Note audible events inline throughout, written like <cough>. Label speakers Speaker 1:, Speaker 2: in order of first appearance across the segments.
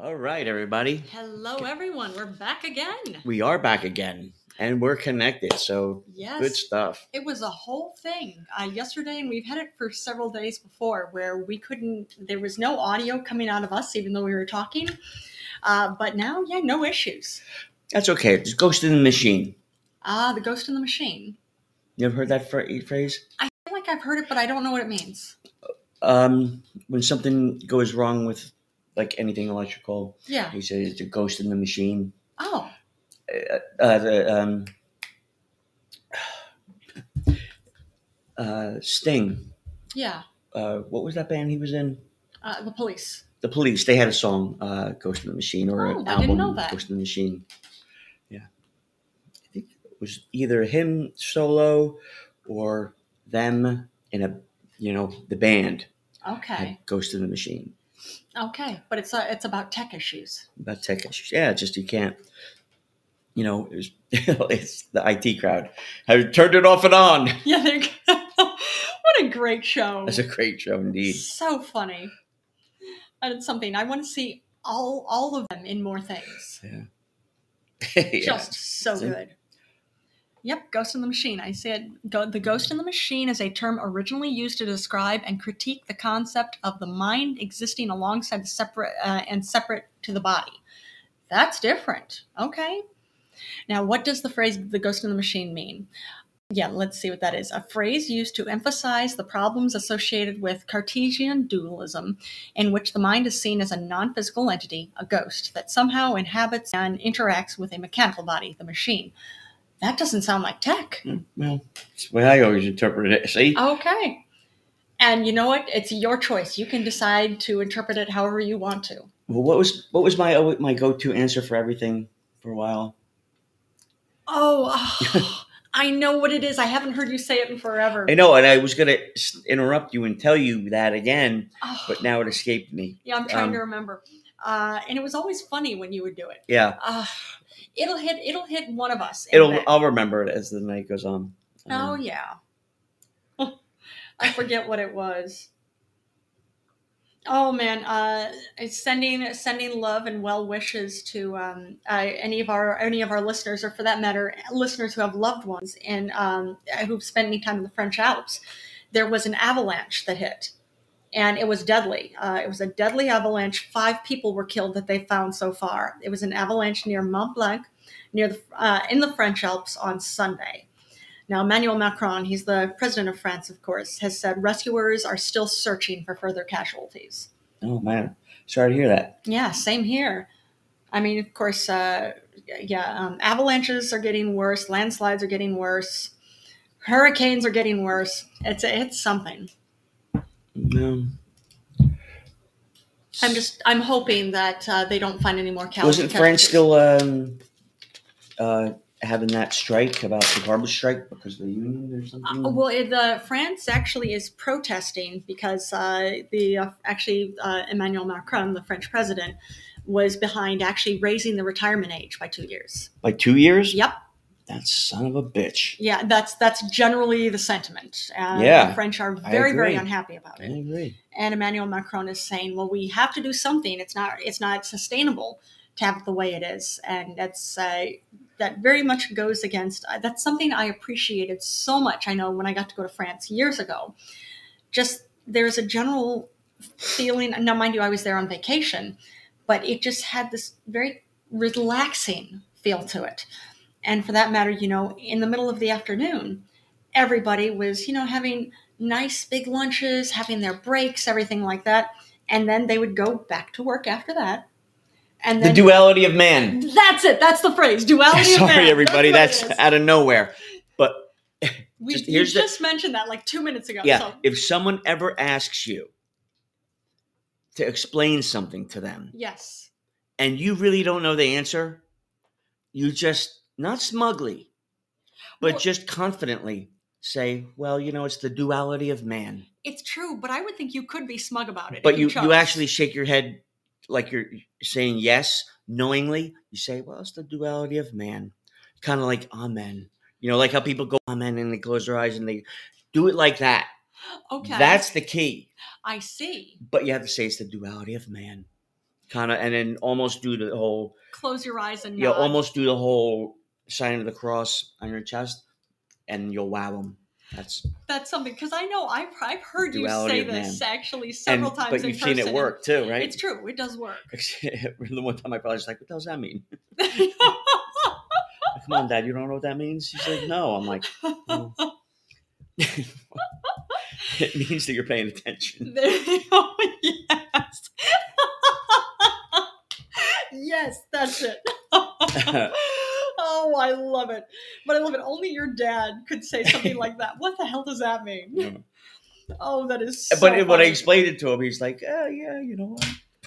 Speaker 1: All right, everybody.
Speaker 2: Hello, everyone. We're back again.
Speaker 1: We are back again and we're connected. So
Speaker 2: Yes.
Speaker 1: good stuff.
Speaker 2: It was a whole thing uh, yesterday, and we've had it for several days before where we couldn't, there was no audio coming out of us, even though we were talking. Uh, but now, yeah, no issues.
Speaker 1: That's okay. Just ghost in the machine.
Speaker 2: Ah, the ghost in the machine.
Speaker 1: You ever heard that phr- phrase?
Speaker 2: I feel like I've heard it, but I don't know what it means.
Speaker 1: Um, when something goes wrong with like anything electrical,
Speaker 2: Yeah.
Speaker 1: he says it's a ghost in the machine.
Speaker 2: Oh,
Speaker 1: Uh, the, um, <sighs> uh, Sting.
Speaker 2: yeah.
Speaker 1: Uh, what was that band he was in?
Speaker 2: Uh, the police.
Speaker 1: The Police. They had a song, uh, "Ghost in the Machine," or
Speaker 2: Oh,
Speaker 1: an
Speaker 2: I didn't
Speaker 1: album,
Speaker 2: know that.
Speaker 1: "Ghost in the Machine." Yeah, I think it was either him solo or them in a, you know, the band
Speaker 2: Okay.
Speaker 1: had "Ghost in the Machine."
Speaker 2: Okay. But it's uh, it's about tech issues. <laughs>
Speaker 1: About tech issues, yeah, just you can't, you know, it was <laughs> it's the IT crowd. I turned it off and on.
Speaker 2: Yeah, there you go. <laughs> What a great show.
Speaker 1: That's a great show indeed. <laughs>
Speaker 2: So funny. And it's something I want to see all all of them in more things.
Speaker 1: Yeah.
Speaker 2: Just so
Speaker 1: See?
Speaker 2: good. Yep, Ghost in the Machine. I said go, the Ghost in the Machine is a term originally used to describe and critique the concept of the mind existing alongside the separate uh, and separate to the body. That's different. Okay. Now, what does the phrase the ghost in the machine mean? Yeah, let's see what that is. A phrase used to emphasize the problems associated with Cartesian dualism, in which the mind is seen as a non physical entity, a ghost, that somehow inhabits and interacts with a mechanical body, the machine. That doesn't sound like tech.
Speaker 1: Mm, well, that's the way I always interpret it. See,
Speaker 2: Oh. Okay. And you know what? It's your choice. You can decide to interpret it however you want to.
Speaker 1: well, what was what was my uh, my go to answer for everything for a while?
Speaker 2: Oh, <laughs> ah, I know what it is. I haven't heard you say it in forever.
Speaker 1: I know, and I was gonna s- interrupt you and tell you that again,
Speaker 2: Ah.
Speaker 1: but now it escaped me.
Speaker 2: Yeah, I'm trying
Speaker 1: Um,
Speaker 2: to remember. Uh, and it was always funny when you would do it.
Speaker 1: Yeah,
Speaker 2: Uh, it'll hit. It'll hit one of us. in
Speaker 1: it'll.
Speaker 2: bed.
Speaker 1: I'll remember it as the night goes on.
Speaker 2: oh
Speaker 1: Um,
Speaker 2: yeah. <laughs> I forget what it was. Oh man, uh, it's sending sending love and well wishes to um, uh, any of our any of our listeners, or for that matter, listeners who have loved ones and um, who've spent any time in the French Alps. There was an avalanche that hit, and it was deadly. Uh, it was a deadly avalanche. Five people were killed that they found so far. It was an avalanche near Mont Blanc, near the uh, in the French Alps on Sunday. Now, Emmanuel Macron, he's the president of France, of course, has said rescuers are still searching for further casualties.
Speaker 1: Oh man, sorry to hear that.
Speaker 2: Yeah, same here. I mean, of course, uh, yeah, um, avalanches are getting worse, landslides are getting worse, hurricanes are getting worse. It's it's something.
Speaker 1: Um,
Speaker 2: I'm just I'm hoping that uh, they don't find any more cal- casualties.
Speaker 1: wasn't France still um, uh, having that strike about the garbage strike because of the union or something?
Speaker 2: Uh, well, it, the France actually is protesting because uh, the uh, actually uh, Emmanuel Macron, the French president, was behind actually raising the retirement age by two years.
Speaker 1: like two years?
Speaker 2: Yep,
Speaker 1: That son of a bitch.
Speaker 2: yeah, that's that's generally the sentiment. Uh,
Speaker 1: Yeah,
Speaker 2: the French are
Speaker 1: I
Speaker 2: very very
Speaker 1: agree.
Speaker 2: unhappy about
Speaker 1: I
Speaker 2: it.
Speaker 1: agree.
Speaker 2: And Emmanuel Macron is saying, well, we have to do something. It's not it's not sustainable to have it the way it is, and that's. Uh, that very much goes against uh, that's something i appreciated so much i know when i got to go to france years ago just there's a general feeling. Now, mind you, I was there on vacation, but it just had this very relaxing feel to it. And for that matter, you know, in the middle of the afternoon, everybody was, you know, having nice big lunches, having their breaks, everything like that. And then they would go back to work after that. And
Speaker 1: The
Speaker 2: then
Speaker 1: duality of man.
Speaker 2: that's it. That's the phrase. Duality. of man.
Speaker 1: <laughs> Sorry, everybody.
Speaker 2: what it
Speaker 1: That's <laughs>
Speaker 2: is.
Speaker 1: out of nowhere. But
Speaker 2: we
Speaker 1: just-
Speaker 2: you
Speaker 1: here's the-
Speaker 2: just mentioned that like two minutes ago.
Speaker 1: yeah,
Speaker 2: So,
Speaker 1: if someone ever asks you to explain something to them
Speaker 2: yes.
Speaker 1: and you really don't know the answer, you just, not smugly, but
Speaker 2: Well-
Speaker 1: just confidently say, well, you know, it's the duality of man.
Speaker 2: It's true, but I would think you could be smug about it. if
Speaker 1: But you,
Speaker 2: chose.
Speaker 1: you actually shake your head like you're saying yes knowingly. You say, well, it's the duality of man. Kind of like amen. You know, like how people go amen and they close their eyes and they do it like that.
Speaker 2: okay.
Speaker 1: That's the key.
Speaker 2: I see.
Speaker 1: But you have to say it's the duality of man. kind of, and then almost do the whole,
Speaker 2: Close your eyes and
Speaker 1: yeah,
Speaker 2: nod.
Speaker 1: almost do the whole sign of the cross on your chest, and you'll wow them. That's
Speaker 2: That's something because I know I've, I've heard you
Speaker 1: Duality
Speaker 2: say
Speaker 1: of
Speaker 2: this
Speaker 1: man.
Speaker 2: actually several
Speaker 1: and,
Speaker 2: times.
Speaker 1: but
Speaker 2: in
Speaker 1: you've seen
Speaker 2: person,
Speaker 1: it
Speaker 2: and
Speaker 1: work too, right? <laughs>
Speaker 2: It's true. It does work. <laughs>
Speaker 1: the one time I probably was like, "What the hell's that mean?" Come on, Dad, you don't know what that means. She's like, "No." I'm like, "Oh." <laughs> "It means that you're paying attention." <laughs>
Speaker 2: oh, yes. <laughs> yes, that's it. oh, I love it. But I love it. Only your dad could say something like that. What the hell does that mean?
Speaker 1: Yeah.
Speaker 2: Oh, that is so
Speaker 1: but it- when I
Speaker 2: funny.
Speaker 1: explained it to him, he's like, "Oh yeah, you know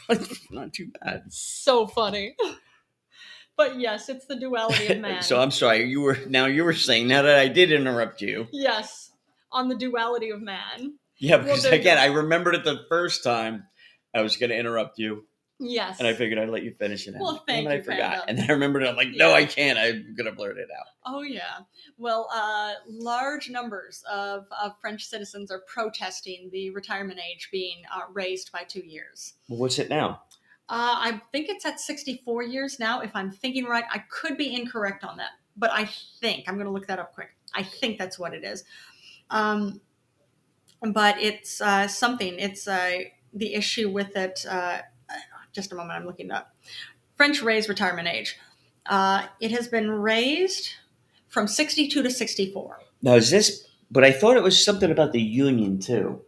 Speaker 1: what? <laughs> Not too bad."
Speaker 2: so funny. But yes, it's the duality
Speaker 1: <laughs>
Speaker 2: of man.
Speaker 1: So I'm sorry. You were now you were saying now that I did interrupt you.
Speaker 2: yes, on the duality of man.
Speaker 1: Yeah,
Speaker 2: Well,
Speaker 1: because
Speaker 2: there you
Speaker 1: again,
Speaker 2: go.
Speaker 1: I remembered it the first time. I was going to interrupt you,
Speaker 2: Yes.
Speaker 1: and I figured I'd let you finish it.
Speaker 2: Well,
Speaker 1: out.
Speaker 2: thank
Speaker 1: and I
Speaker 2: you,
Speaker 1: forgot,
Speaker 2: Brandon.
Speaker 1: and then I remembered. I'm like, no, I can't. I'm going to blurt it out.
Speaker 2: Oh yeah. Well, uh, large numbers of, of French citizens are protesting the retirement age being uh, raised by two years.
Speaker 1: Well, what's it now?
Speaker 2: Uh, I think it's at 64 years now. If I'm thinking right, I could be incorrect on that, but I think I'm going to look that up quick. I think that's what it is. Um, but it's uh, something. It's uh, the issue with it. Uh, just a moment, I'm looking it up. French raised retirement age. Uh, it has been raised from 62 to 64.
Speaker 1: Now is this? But I thought it was something about the union too,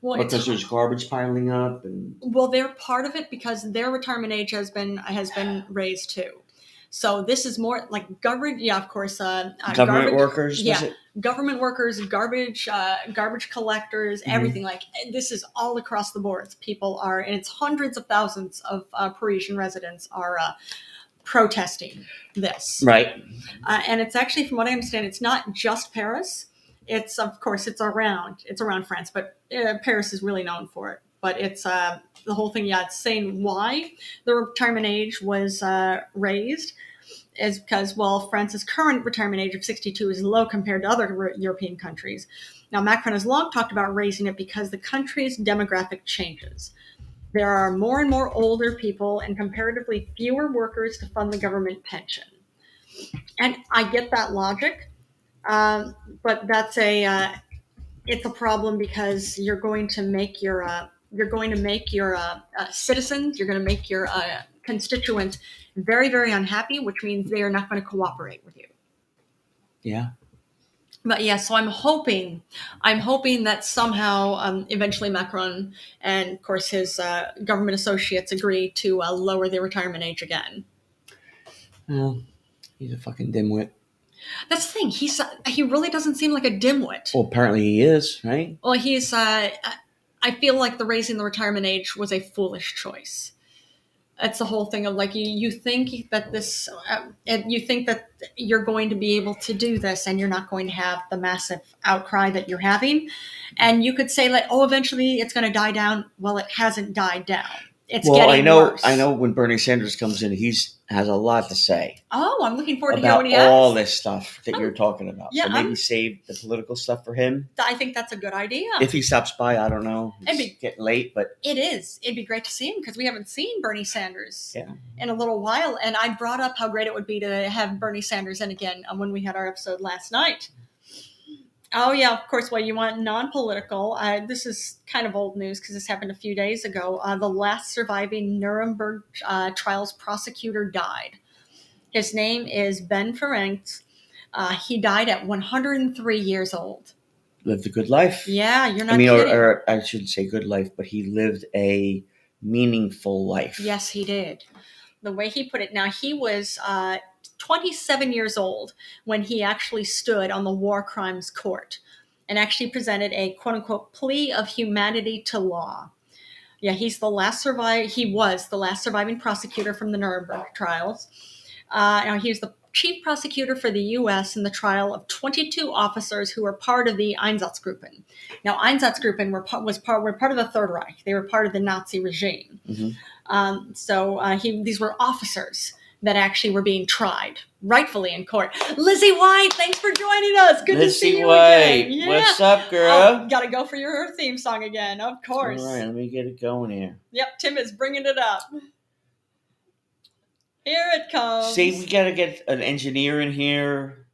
Speaker 2: Well, it's
Speaker 1: because there's garbage piling up, and
Speaker 2: Well, they're part of it because their retirement age has been has been raised too. So this is more like government. Yeah, of course. Uh, uh,
Speaker 1: government
Speaker 2: garbage,
Speaker 1: workers. was
Speaker 2: yeah.
Speaker 1: it?
Speaker 2: government workers, garbage, uh, garbage collectors,
Speaker 1: Mhm.
Speaker 2: everything. Like this is all across the board. People are, and it's hundreds of thousands of uh, Parisian residents are uh, protesting this.
Speaker 1: right.
Speaker 2: Uh, and it's actually, from what I understand, it's not just Paris. It's of course it's around it's around France, but uh, Paris is really known for it. But it's uh, the whole thing. Yeah, it's saying why the retirement age was uh, raised is because while France's current retirement age of 62 is low compared to other Euro- European countries. Now Macron has long talked about raising it because the country's demographic changes. There are more and more older people and comparatively fewer workers to fund the government pension and I get that logic, um, but that's a uh, it's a problem because you're going to make your uh, you're going to make your uh, uh, citizens, you're going to make your uh, constituents very very unhappy, which means they are not going to cooperate with you.
Speaker 1: Yeah.
Speaker 2: But yeah, so I'm hoping, I'm hoping that somehow, um, eventually Macron and of course his uh, government associates agree to uh, lower their retirement age again.
Speaker 1: Well, he's a fucking dimwit.
Speaker 2: That's the thing; he's he really doesn't seem like a dimwit.
Speaker 1: Well, apparently he is, right?
Speaker 2: Well, he's. Uh, I- I feel like the raising the retirement age was a foolish choice. That's the whole thing of like you, you think that this, uh, and you think that you're going to be able to do this, and you're not going to have the massive outcry that you're having. And you could say like, oh, eventually it's going to die down. Well, it hasn't died down. It's
Speaker 1: well,
Speaker 2: getting
Speaker 1: I know.
Speaker 2: worse.
Speaker 1: I know when Bernie Sanders comes in, he's has a lot to say
Speaker 2: Oh, I'm looking forward to hearing
Speaker 1: about
Speaker 2: what he has.
Speaker 1: all this stuff that you're talking about.
Speaker 2: Yeah,
Speaker 1: so maybe
Speaker 2: I'm-
Speaker 1: save the political stuff for him
Speaker 2: I think that's a good idea.
Speaker 1: if he stops by. I don't know. It's
Speaker 2: It'd be-
Speaker 1: getting late, but
Speaker 2: It is. It'd be great to see him because we haven't seen Bernie Sanders
Speaker 1: Yeah.
Speaker 2: in a little while. And I brought up how great it would be to have Bernie Sanders in again um, when we had our episode last night. Oh yeah, of course. Well, you want non-political. Uh, this is kind of old news because this happened a few days ago. Uh, the last surviving Nuremberg uh, trials prosecutor died. His name is Ben Ferenc. Uh, he died at 103 years old.
Speaker 1: lived a good life.
Speaker 2: Yeah, you're not
Speaker 1: I mean, or,
Speaker 2: kidding.
Speaker 1: or I shouldn't say good life, but he lived a meaningful life.
Speaker 2: Yes, he did. The way he put it. Now, he was uh, 27 years old when he actually stood on the war crimes court and actually presented a quote unquote plea of humanity to law. Yeah, he's the last survive. He was the last surviving prosecutor from the Nuremberg trials. Uh, now he was the chief prosecutor for the U.S. in the trial of 22 officers who were part of the Einsatzgruppen. Now, Einsatzgruppen were part, was part were part of the Third Reich. They were part of the Nazi regime.
Speaker 1: Mhm.
Speaker 2: Um, so uh, he, these were officers that actually were being tried rightfully in court. Lizzie White, thanks for joining us. Good to see you again. Yeah.
Speaker 1: What's up,
Speaker 2: Oh,
Speaker 1: girl?
Speaker 2: gotta go for your theme song again, of course.
Speaker 1: All right, let me get it going here.
Speaker 2: Yep, Tim is bringing it up. Here it comes.
Speaker 1: See, we gotta get an engineer in here.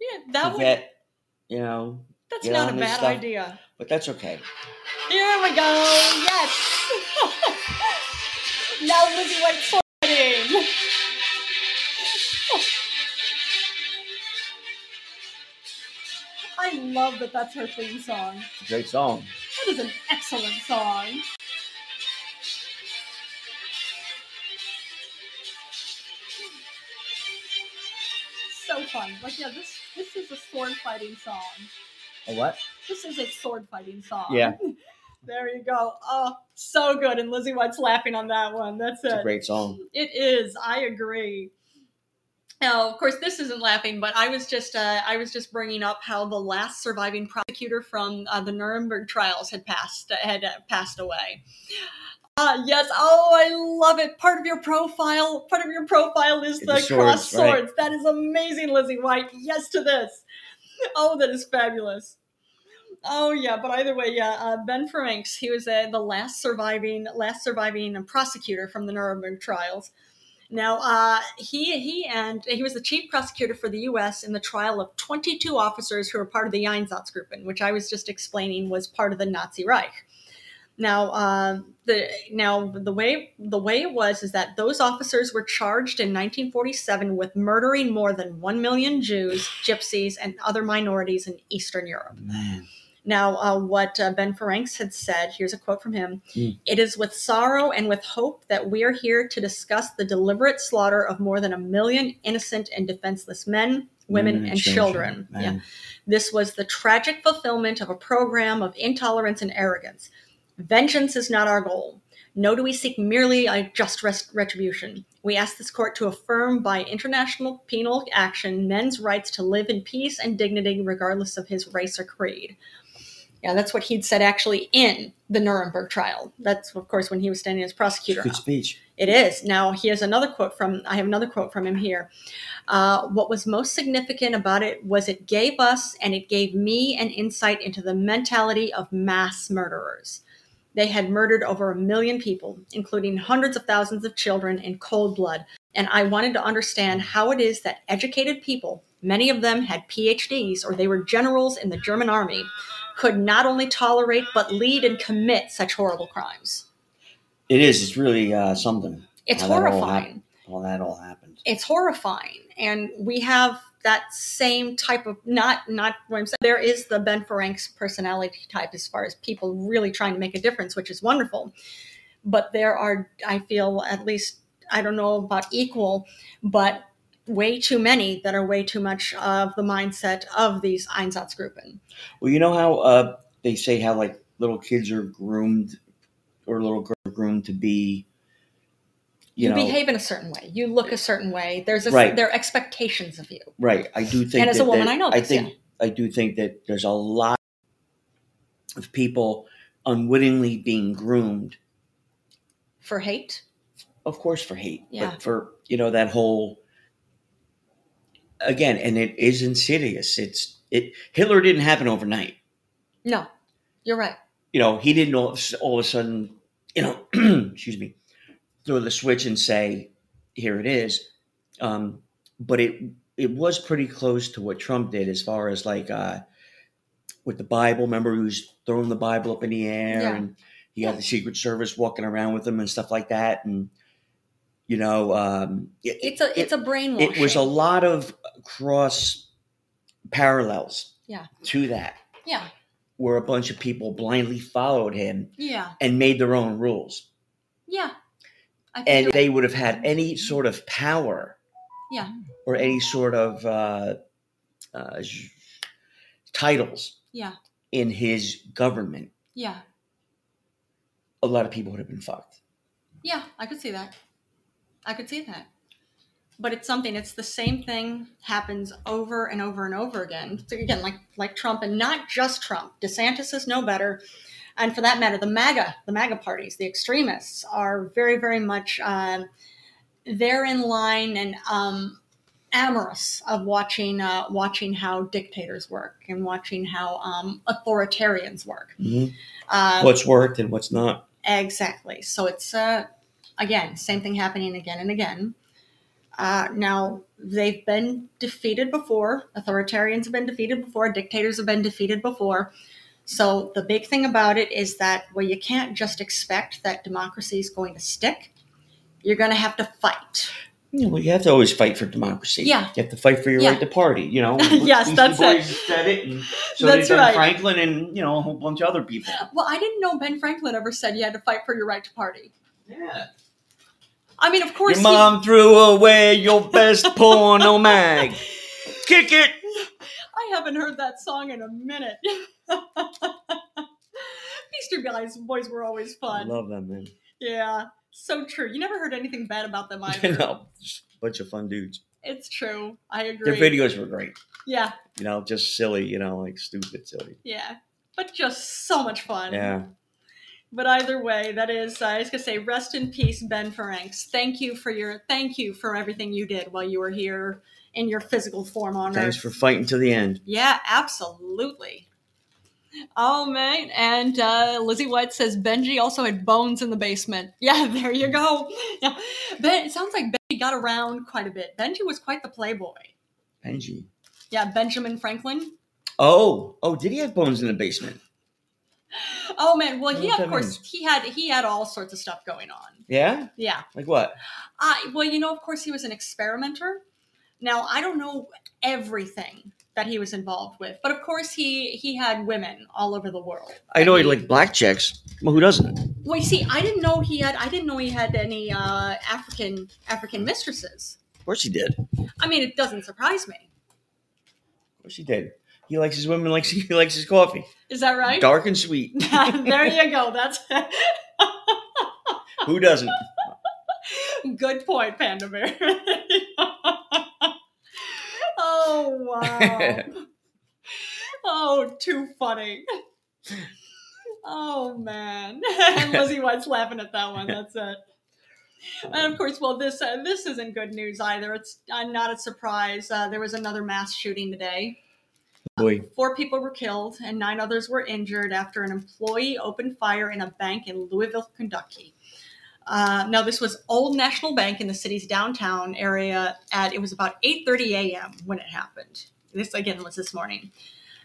Speaker 2: yeah,
Speaker 1: to
Speaker 2: that would,
Speaker 1: get, you know,
Speaker 2: that's
Speaker 1: get
Speaker 2: not
Speaker 1: on
Speaker 2: a
Speaker 1: this
Speaker 2: bad
Speaker 1: stuff.
Speaker 2: idea.
Speaker 1: but that's okay.
Speaker 2: Here we go. Yes. <laughs> now Lizzie White fighting. <laughs> I love that that's her theme song.
Speaker 1: It's a great song.
Speaker 2: That is an excellent song. So fun. Like yeah, this this is a sword fighting song.
Speaker 1: A what?
Speaker 2: This is a sword fighting song.
Speaker 1: Yeah.
Speaker 2: There you go. Oh, so good. And Lizzie White's laughing on that one. That's
Speaker 1: It's a
Speaker 2: it.
Speaker 1: great song.
Speaker 2: It is. I agree. Now, of course, this isn't laughing, but I was just uh, I was just bringing up how the last surviving prosecutor from uh, the Nuremberg trials had passed had uh, passed away. Uh, yes, oh, I love it. Part of your profile, part of your profile is the,
Speaker 1: The
Speaker 2: cross
Speaker 1: swords, right.
Speaker 2: swords. That is amazing, Lizzie White. Yes to this. Oh, that is fabulous. Oh yeah, but either way, yeah. Uh, ben Franks, he was uh, the last surviving, last surviving prosecutor from the Nuremberg trials. Now, uh, he he and he was the chief prosecutor for the U.S. in the trial of 22 officers who were part of the Einsatzgruppen, which I was just explaining was part of the Nazi Reich. Now, uh, the now the way the way it was is that those officers were charged in 1947 with murdering more than one million Jews, Gypsies, and other minorities in Eastern Europe.
Speaker 1: Man.
Speaker 2: Now, uh, what uh, Ben Ferencs had said, here's a quote from him
Speaker 1: Mm.
Speaker 2: It is with sorrow and with hope that we are here to discuss the deliberate slaughter of more than a million innocent and defenseless men, women, and, children. Yeah.
Speaker 1: Man.
Speaker 2: This was the tragic fulfillment of a program of intolerance and arrogance. Vengeance is not our goal. No, do we seek merely a just rest- retribution. We ask this court to affirm by international penal action men's rights to live in peace and dignity regardless of his race or creed. Yeah, that's what he'd said actually in the Nuremberg trial. That's, of course, when he was standing as prosecutor.
Speaker 1: Good speech.
Speaker 2: It is. Now, here's another quote from, I have another quote from him here. Uh, what was most significant about it was it gave us and it gave me an insight into the mentality of mass murderers. They had murdered over a million people, including hundreds of thousands of children in cold blood. And I wanted to understand how it is that educated people, many of them had PhDs or they were generals in the German army, could not only tolerate but lead and commit such horrible crimes.
Speaker 1: It is. It's really uh, something.
Speaker 2: It's
Speaker 1: How that all
Speaker 2: horrifying.
Speaker 1: happened. All that all happened.
Speaker 2: it's horrifying and we have that same type of not not what I'm saying. There is the Ben Ferenc personality type as far as people really trying to make a difference, which is wonderful. But there are, I feel, at least I don't know about equal, but way too many that are way too much of the mindset of these Einsatzgruppen.
Speaker 1: Well, you know how uh, they say how like little kids are groomed, or little girls are groomed to be, you,
Speaker 2: You,
Speaker 1: know,
Speaker 2: behave in a certain way. You look a certain way. There's a,
Speaker 1: Right.
Speaker 2: there are expectations of you.
Speaker 1: right. I do think.
Speaker 2: And as
Speaker 1: that-
Speaker 2: a woman,
Speaker 1: that-
Speaker 2: I know
Speaker 1: I
Speaker 2: this,
Speaker 1: think I do think that there's a lot of people unwittingly being groomed,
Speaker 2: For hate,
Speaker 1: of course, for hate,
Speaker 2: Yeah.
Speaker 1: but for you know that whole. Again, and it is insidious. It's it. Hitler didn't happen overnight.
Speaker 2: no, you're right.
Speaker 1: you know, he didn't all, all of a sudden, you know, <clears throat> excuse me, throw the switch and say, "Here it is." Um, but it it was pretty close to what Trump did as far as like uh, with the Bible. Remember, he was throwing the Bible up in the air,
Speaker 2: Yeah.
Speaker 1: and he had
Speaker 2: Yeah.
Speaker 1: the Secret Service walking around with him and stuff like that, and you know, um, it,
Speaker 2: It's a it's a brainwash.
Speaker 1: it was a lot of cross parallels
Speaker 2: Yeah.
Speaker 1: to that
Speaker 2: yeah
Speaker 1: where a bunch of people blindly followed him
Speaker 2: yeah
Speaker 1: and made their own rules.
Speaker 2: yeah. I think
Speaker 1: And they would have had any sort of power,
Speaker 2: Yeah.
Speaker 1: or any sort of uh, uh, sh- titles
Speaker 2: Yeah.
Speaker 1: in his government.
Speaker 2: Yeah.
Speaker 1: A lot of people would have been fucked.
Speaker 2: Yeah. I could see that. I could see that. But it's something. It's the same thing happens over and over and over again. So again, like like Trump, and not just Trump. DeSantis is no better, and for that matter, the MAGA, the MAGA parties, the extremists are very very much. Um, they're in line and um, amorous of watching uh, watching how dictators work and watching how um, authoritarians work.
Speaker 1: Mhm.
Speaker 2: Uh,
Speaker 1: What's worked and what's not.
Speaker 2: Exactly. So it's uh, again same thing happening again and again. Uh, now they've been defeated before. Authoritarians have been defeated before. Dictators have been defeated before. So the big thing about it is that well, you can't just expect that democracy is going to stick. You're going to have to fight.
Speaker 1: You know, you have to always fight for democracy.
Speaker 2: Yeah.
Speaker 1: You have to fight for your
Speaker 2: Yeah.
Speaker 1: right to party, you
Speaker 2: <laughs>
Speaker 1: know.
Speaker 2: Yes,
Speaker 1: Beastie
Speaker 2: that's it.
Speaker 1: Boys said it. And so
Speaker 2: That's
Speaker 1: did Ben
Speaker 2: right.
Speaker 1: Franklin and, you know, a whole bunch of other people.
Speaker 2: Well, I didn't know Ben Franklin ever said you had to fight for your right to party.
Speaker 1: Yeah.
Speaker 2: I mean, of course,
Speaker 1: Your
Speaker 2: he-
Speaker 1: mom threw away your
Speaker 2: <laughs>
Speaker 1: best porno mag. Kick it.
Speaker 2: I haven't heard that song in a minute. <laughs> Beastie Boys, boys were always
Speaker 1: I
Speaker 2: fun.
Speaker 1: love them, man. <laughs>
Speaker 2: Yeah, so true. You never heard anything bad about them
Speaker 1: You
Speaker 2: either.
Speaker 1: know, just a bunch of fun dudes.
Speaker 2: It's true. I agree.
Speaker 1: Their videos were great.
Speaker 2: Yeah,
Speaker 1: You know, just silly. You know, like stupid silly.
Speaker 2: yeah. But just so much fun.
Speaker 1: Yeah.
Speaker 2: But either way, that is, uh, I was gonna say, rest in peace, Ben Franks. Thank you for your, thank you for everything you did while you were here in your physical form on
Speaker 1: Thanks
Speaker 2: Earth.
Speaker 1: for fighting to the end.
Speaker 2: Yeah, absolutely. Oh man, and uh, Lizzie White says Benji also had bones in the basement. <laughs> Yeah, there you go. Yeah. Ben, it sounds like Benji got around quite a bit. Benji was quite the playboy.
Speaker 1: Benji.
Speaker 2: Yeah, Benjamin Franklin.
Speaker 1: Oh, oh, did he have bones in the basement?
Speaker 2: Oh man, well he
Speaker 1: What does
Speaker 2: of
Speaker 1: that
Speaker 2: course he had he had all sorts of stuff going on.
Speaker 1: Yeah.
Speaker 2: Yeah.
Speaker 1: Like what?
Speaker 2: Uh, well, you know, of course he was an experimenter. Now I don't know everything that he was involved with, but of course he he had women all over the world.
Speaker 1: I know he like black chicks. Well, who doesn't?
Speaker 2: Well, you see, I didn't know he had. I didn't know he had any uh, African African mistresses.
Speaker 1: Of course he did. Of
Speaker 2: I mean, it doesn't surprise me.
Speaker 1: course he did. He likes his women. Likes <laughs> he likes his coffee.
Speaker 2: Is that right?
Speaker 1: Dark and sweet.
Speaker 2: <laughs> there you go. That's <laughs>
Speaker 1: Who doesn't?
Speaker 2: good point, Panda Bear. <laughs> oh wow! oh, too funny. Oh man, <laughs> and Lizzie White's laughing at that one. That's it. And of course, well, this uh, this isn't good news either. It's uh, not a surprise. Uh, there was another mass shooting today.
Speaker 1: Boy,
Speaker 2: Four people were killed and nine others were injured after an employee opened fire in a bank in Louisville, Kentucky. Uh, now, this was Old National Bank in the city's downtown area. At it was about 8:30 a.m. when it happened. This again was this morning.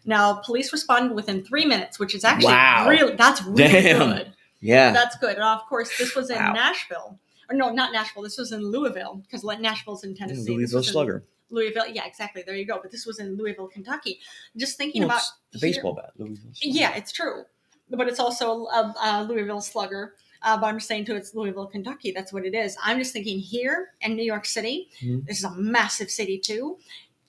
Speaker 2: Now, police responded within three minutes, which is actually
Speaker 1: Wow.
Speaker 2: really that's really
Speaker 1: Damn.
Speaker 2: good.
Speaker 1: yeah.
Speaker 2: That's good. And of course, this was in
Speaker 1: Wow.
Speaker 2: Nashville, or no, not Nashville. This was in Louisville because Nashville's in Tennessee. This
Speaker 1: Louisville
Speaker 2: was in
Speaker 1: Slugger.
Speaker 2: Louisville. Yeah, exactly. There you go. But this was in Louisville, Kentucky. Just thinking
Speaker 1: Well,
Speaker 2: about
Speaker 1: it's the
Speaker 2: here-
Speaker 1: baseball bat. Louisville. Slugger.
Speaker 2: Yeah, it's true. But it's also a, a Louisville Slugger. Uh, but I'm just saying, too, it's Louisville, Kentucky. That's what it is. I'm just thinking here in New York City,
Speaker 1: Mhm.
Speaker 2: this is a massive city, too.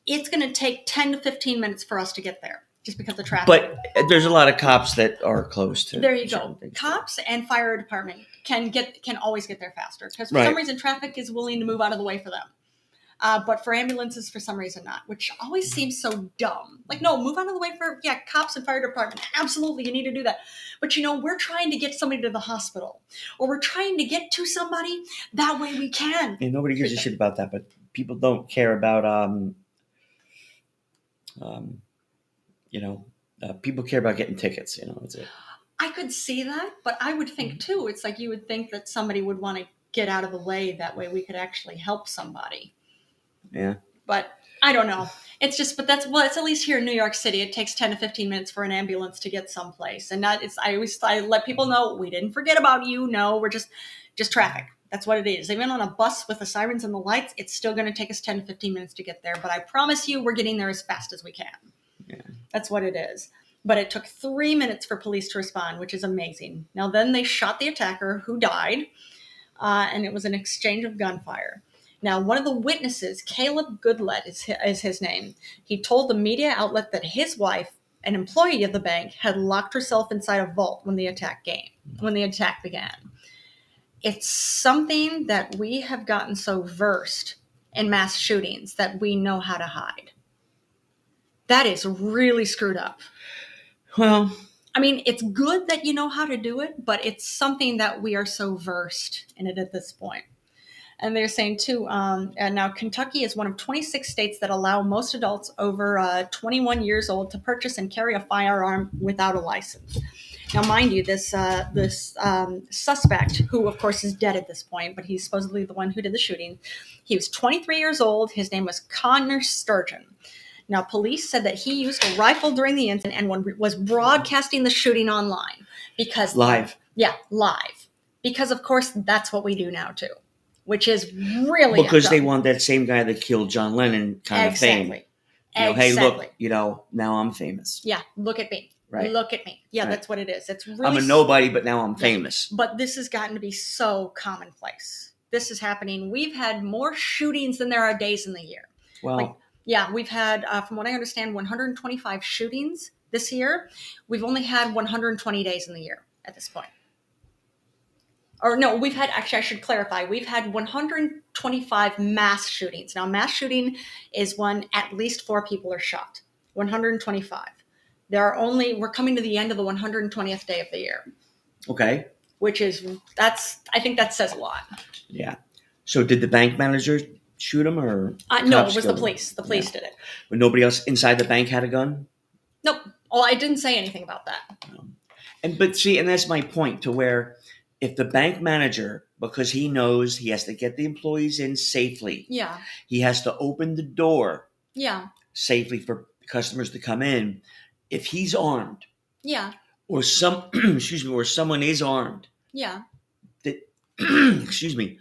Speaker 2: It's going to take 10 to 15 minutes for us to get there just because of traffic.
Speaker 1: But uh, there's a lot of cops that are close to.
Speaker 2: There you
Speaker 1: certain
Speaker 2: go.
Speaker 1: things.
Speaker 2: Cops and fire department can get can always get there faster because for
Speaker 1: Right.
Speaker 2: some reason traffic is willing to move out of the way for them. Uh, but for ambulances, for some reason not, which always seems so dumb. Like, no, move out of the way for yeah, cops and fire department. Absolutely, you need to do that. But you know, we're trying to get somebody to the hospital, or we're trying to get to somebody. That way, we can.
Speaker 1: And nobody gives a shit about that, but people don't care about um, um, you know, uh, people care about getting tickets. You know, that's it.
Speaker 2: I could see that, but I would think
Speaker 1: Mm-hmm.
Speaker 2: too. It's like you would think that somebody would want to get out of the way. That way, we could actually help somebody.
Speaker 1: Yeah.
Speaker 2: but I don't know. It's just, but that's well, it's at least here in New York City. It takes ten to fifteen minutes for an ambulance to get someplace, and that is. I always I let people know we didn't forget about you. No, we're just just traffic. That's what it is. Even on a bus with the sirens and the lights, it's still going to take us ten to fifteen minutes to get there. But I promise you, we're getting there as fast as we can.
Speaker 1: Yeah.
Speaker 2: That's what it is. But it took three minutes for police to respond, which is amazing. Now, then they shot the attacker who died, uh, and it was an exchange of gunfire. Now, one of the witnesses, Caleb Goodlett is his, is his name, he told the media outlet that his wife, an employee of the bank, had locked herself inside a vault when the attack came, when the attack began. It's something that we have gotten so versed in mass shootings that we know how to hide. That is really screwed up.
Speaker 1: Well,
Speaker 2: I mean, it's good that you know how to do it, but it's something that we are so versed in it at this point. And they're saying too, um, and now Kentucky is one of 26 states that allow most adults over uh, 21 years old to purchase and carry a firearm without a license. Now, mind you, this uh, this um, suspect, who of course is dead at this point, but he's supposedly the one who did the shooting. He was 23 years old. His name was Connor Sturgeon. Now, police said that he used a rifle during the incident and one- was broadcasting the shooting online because
Speaker 1: Live.
Speaker 2: yeah, live. Because of course that's what we do now too, which is really
Speaker 1: Because they
Speaker 2: unjust.
Speaker 1: want that same guy that killed John Lennon kind of fame.
Speaker 2: exactly.
Speaker 1: You know,
Speaker 2: exactly.
Speaker 1: hey, look, you know, now I'm famous,
Speaker 2: Yeah, look at me.
Speaker 1: right?
Speaker 2: Look at me. Yeah,
Speaker 1: Right.
Speaker 2: that's what it is. It's really
Speaker 1: I'm a
Speaker 2: s-
Speaker 1: nobody, but now I'm famous.
Speaker 2: But this has gotten to be so commonplace. This is happening. We've had more shootings than there are days in the year.
Speaker 1: Well,
Speaker 2: Like- Yeah, we've had, uh, from what I understand, 125 shootings this year. We've only had 120 days in the year at this point. Or no, we've had actually. I should clarify. We've had 125 mass shootings. Now, mass shooting is when at least four people are shot. 125. There are only. We're coming to the end of the 120th day of the year,
Speaker 1: okay,
Speaker 2: which is that's. I think that says a lot.
Speaker 1: yeah. So did the bank manager shoot him, or
Speaker 2: Uh, no, it
Speaker 1: Cops
Speaker 2: was the
Speaker 1: killed him.
Speaker 2: police. The police did it.
Speaker 1: but nobody else inside the bank had a gun?
Speaker 2: Nope. Oh, I didn't say anything about that.
Speaker 1: And but see, and that's my point to where if the bank manager, because he knows he has to get the employees in safely,
Speaker 2: Yeah.
Speaker 1: he has to open the door
Speaker 2: Yeah.
Speaker 1: safely for customers to come in. If he's armed,
Speaker 2: Yeah.
Speaker 1: or some <clears throat> excuse me, or someone is armed,
Speaker 2: Yeah.
Speaker 1: <clears throat> excuse me,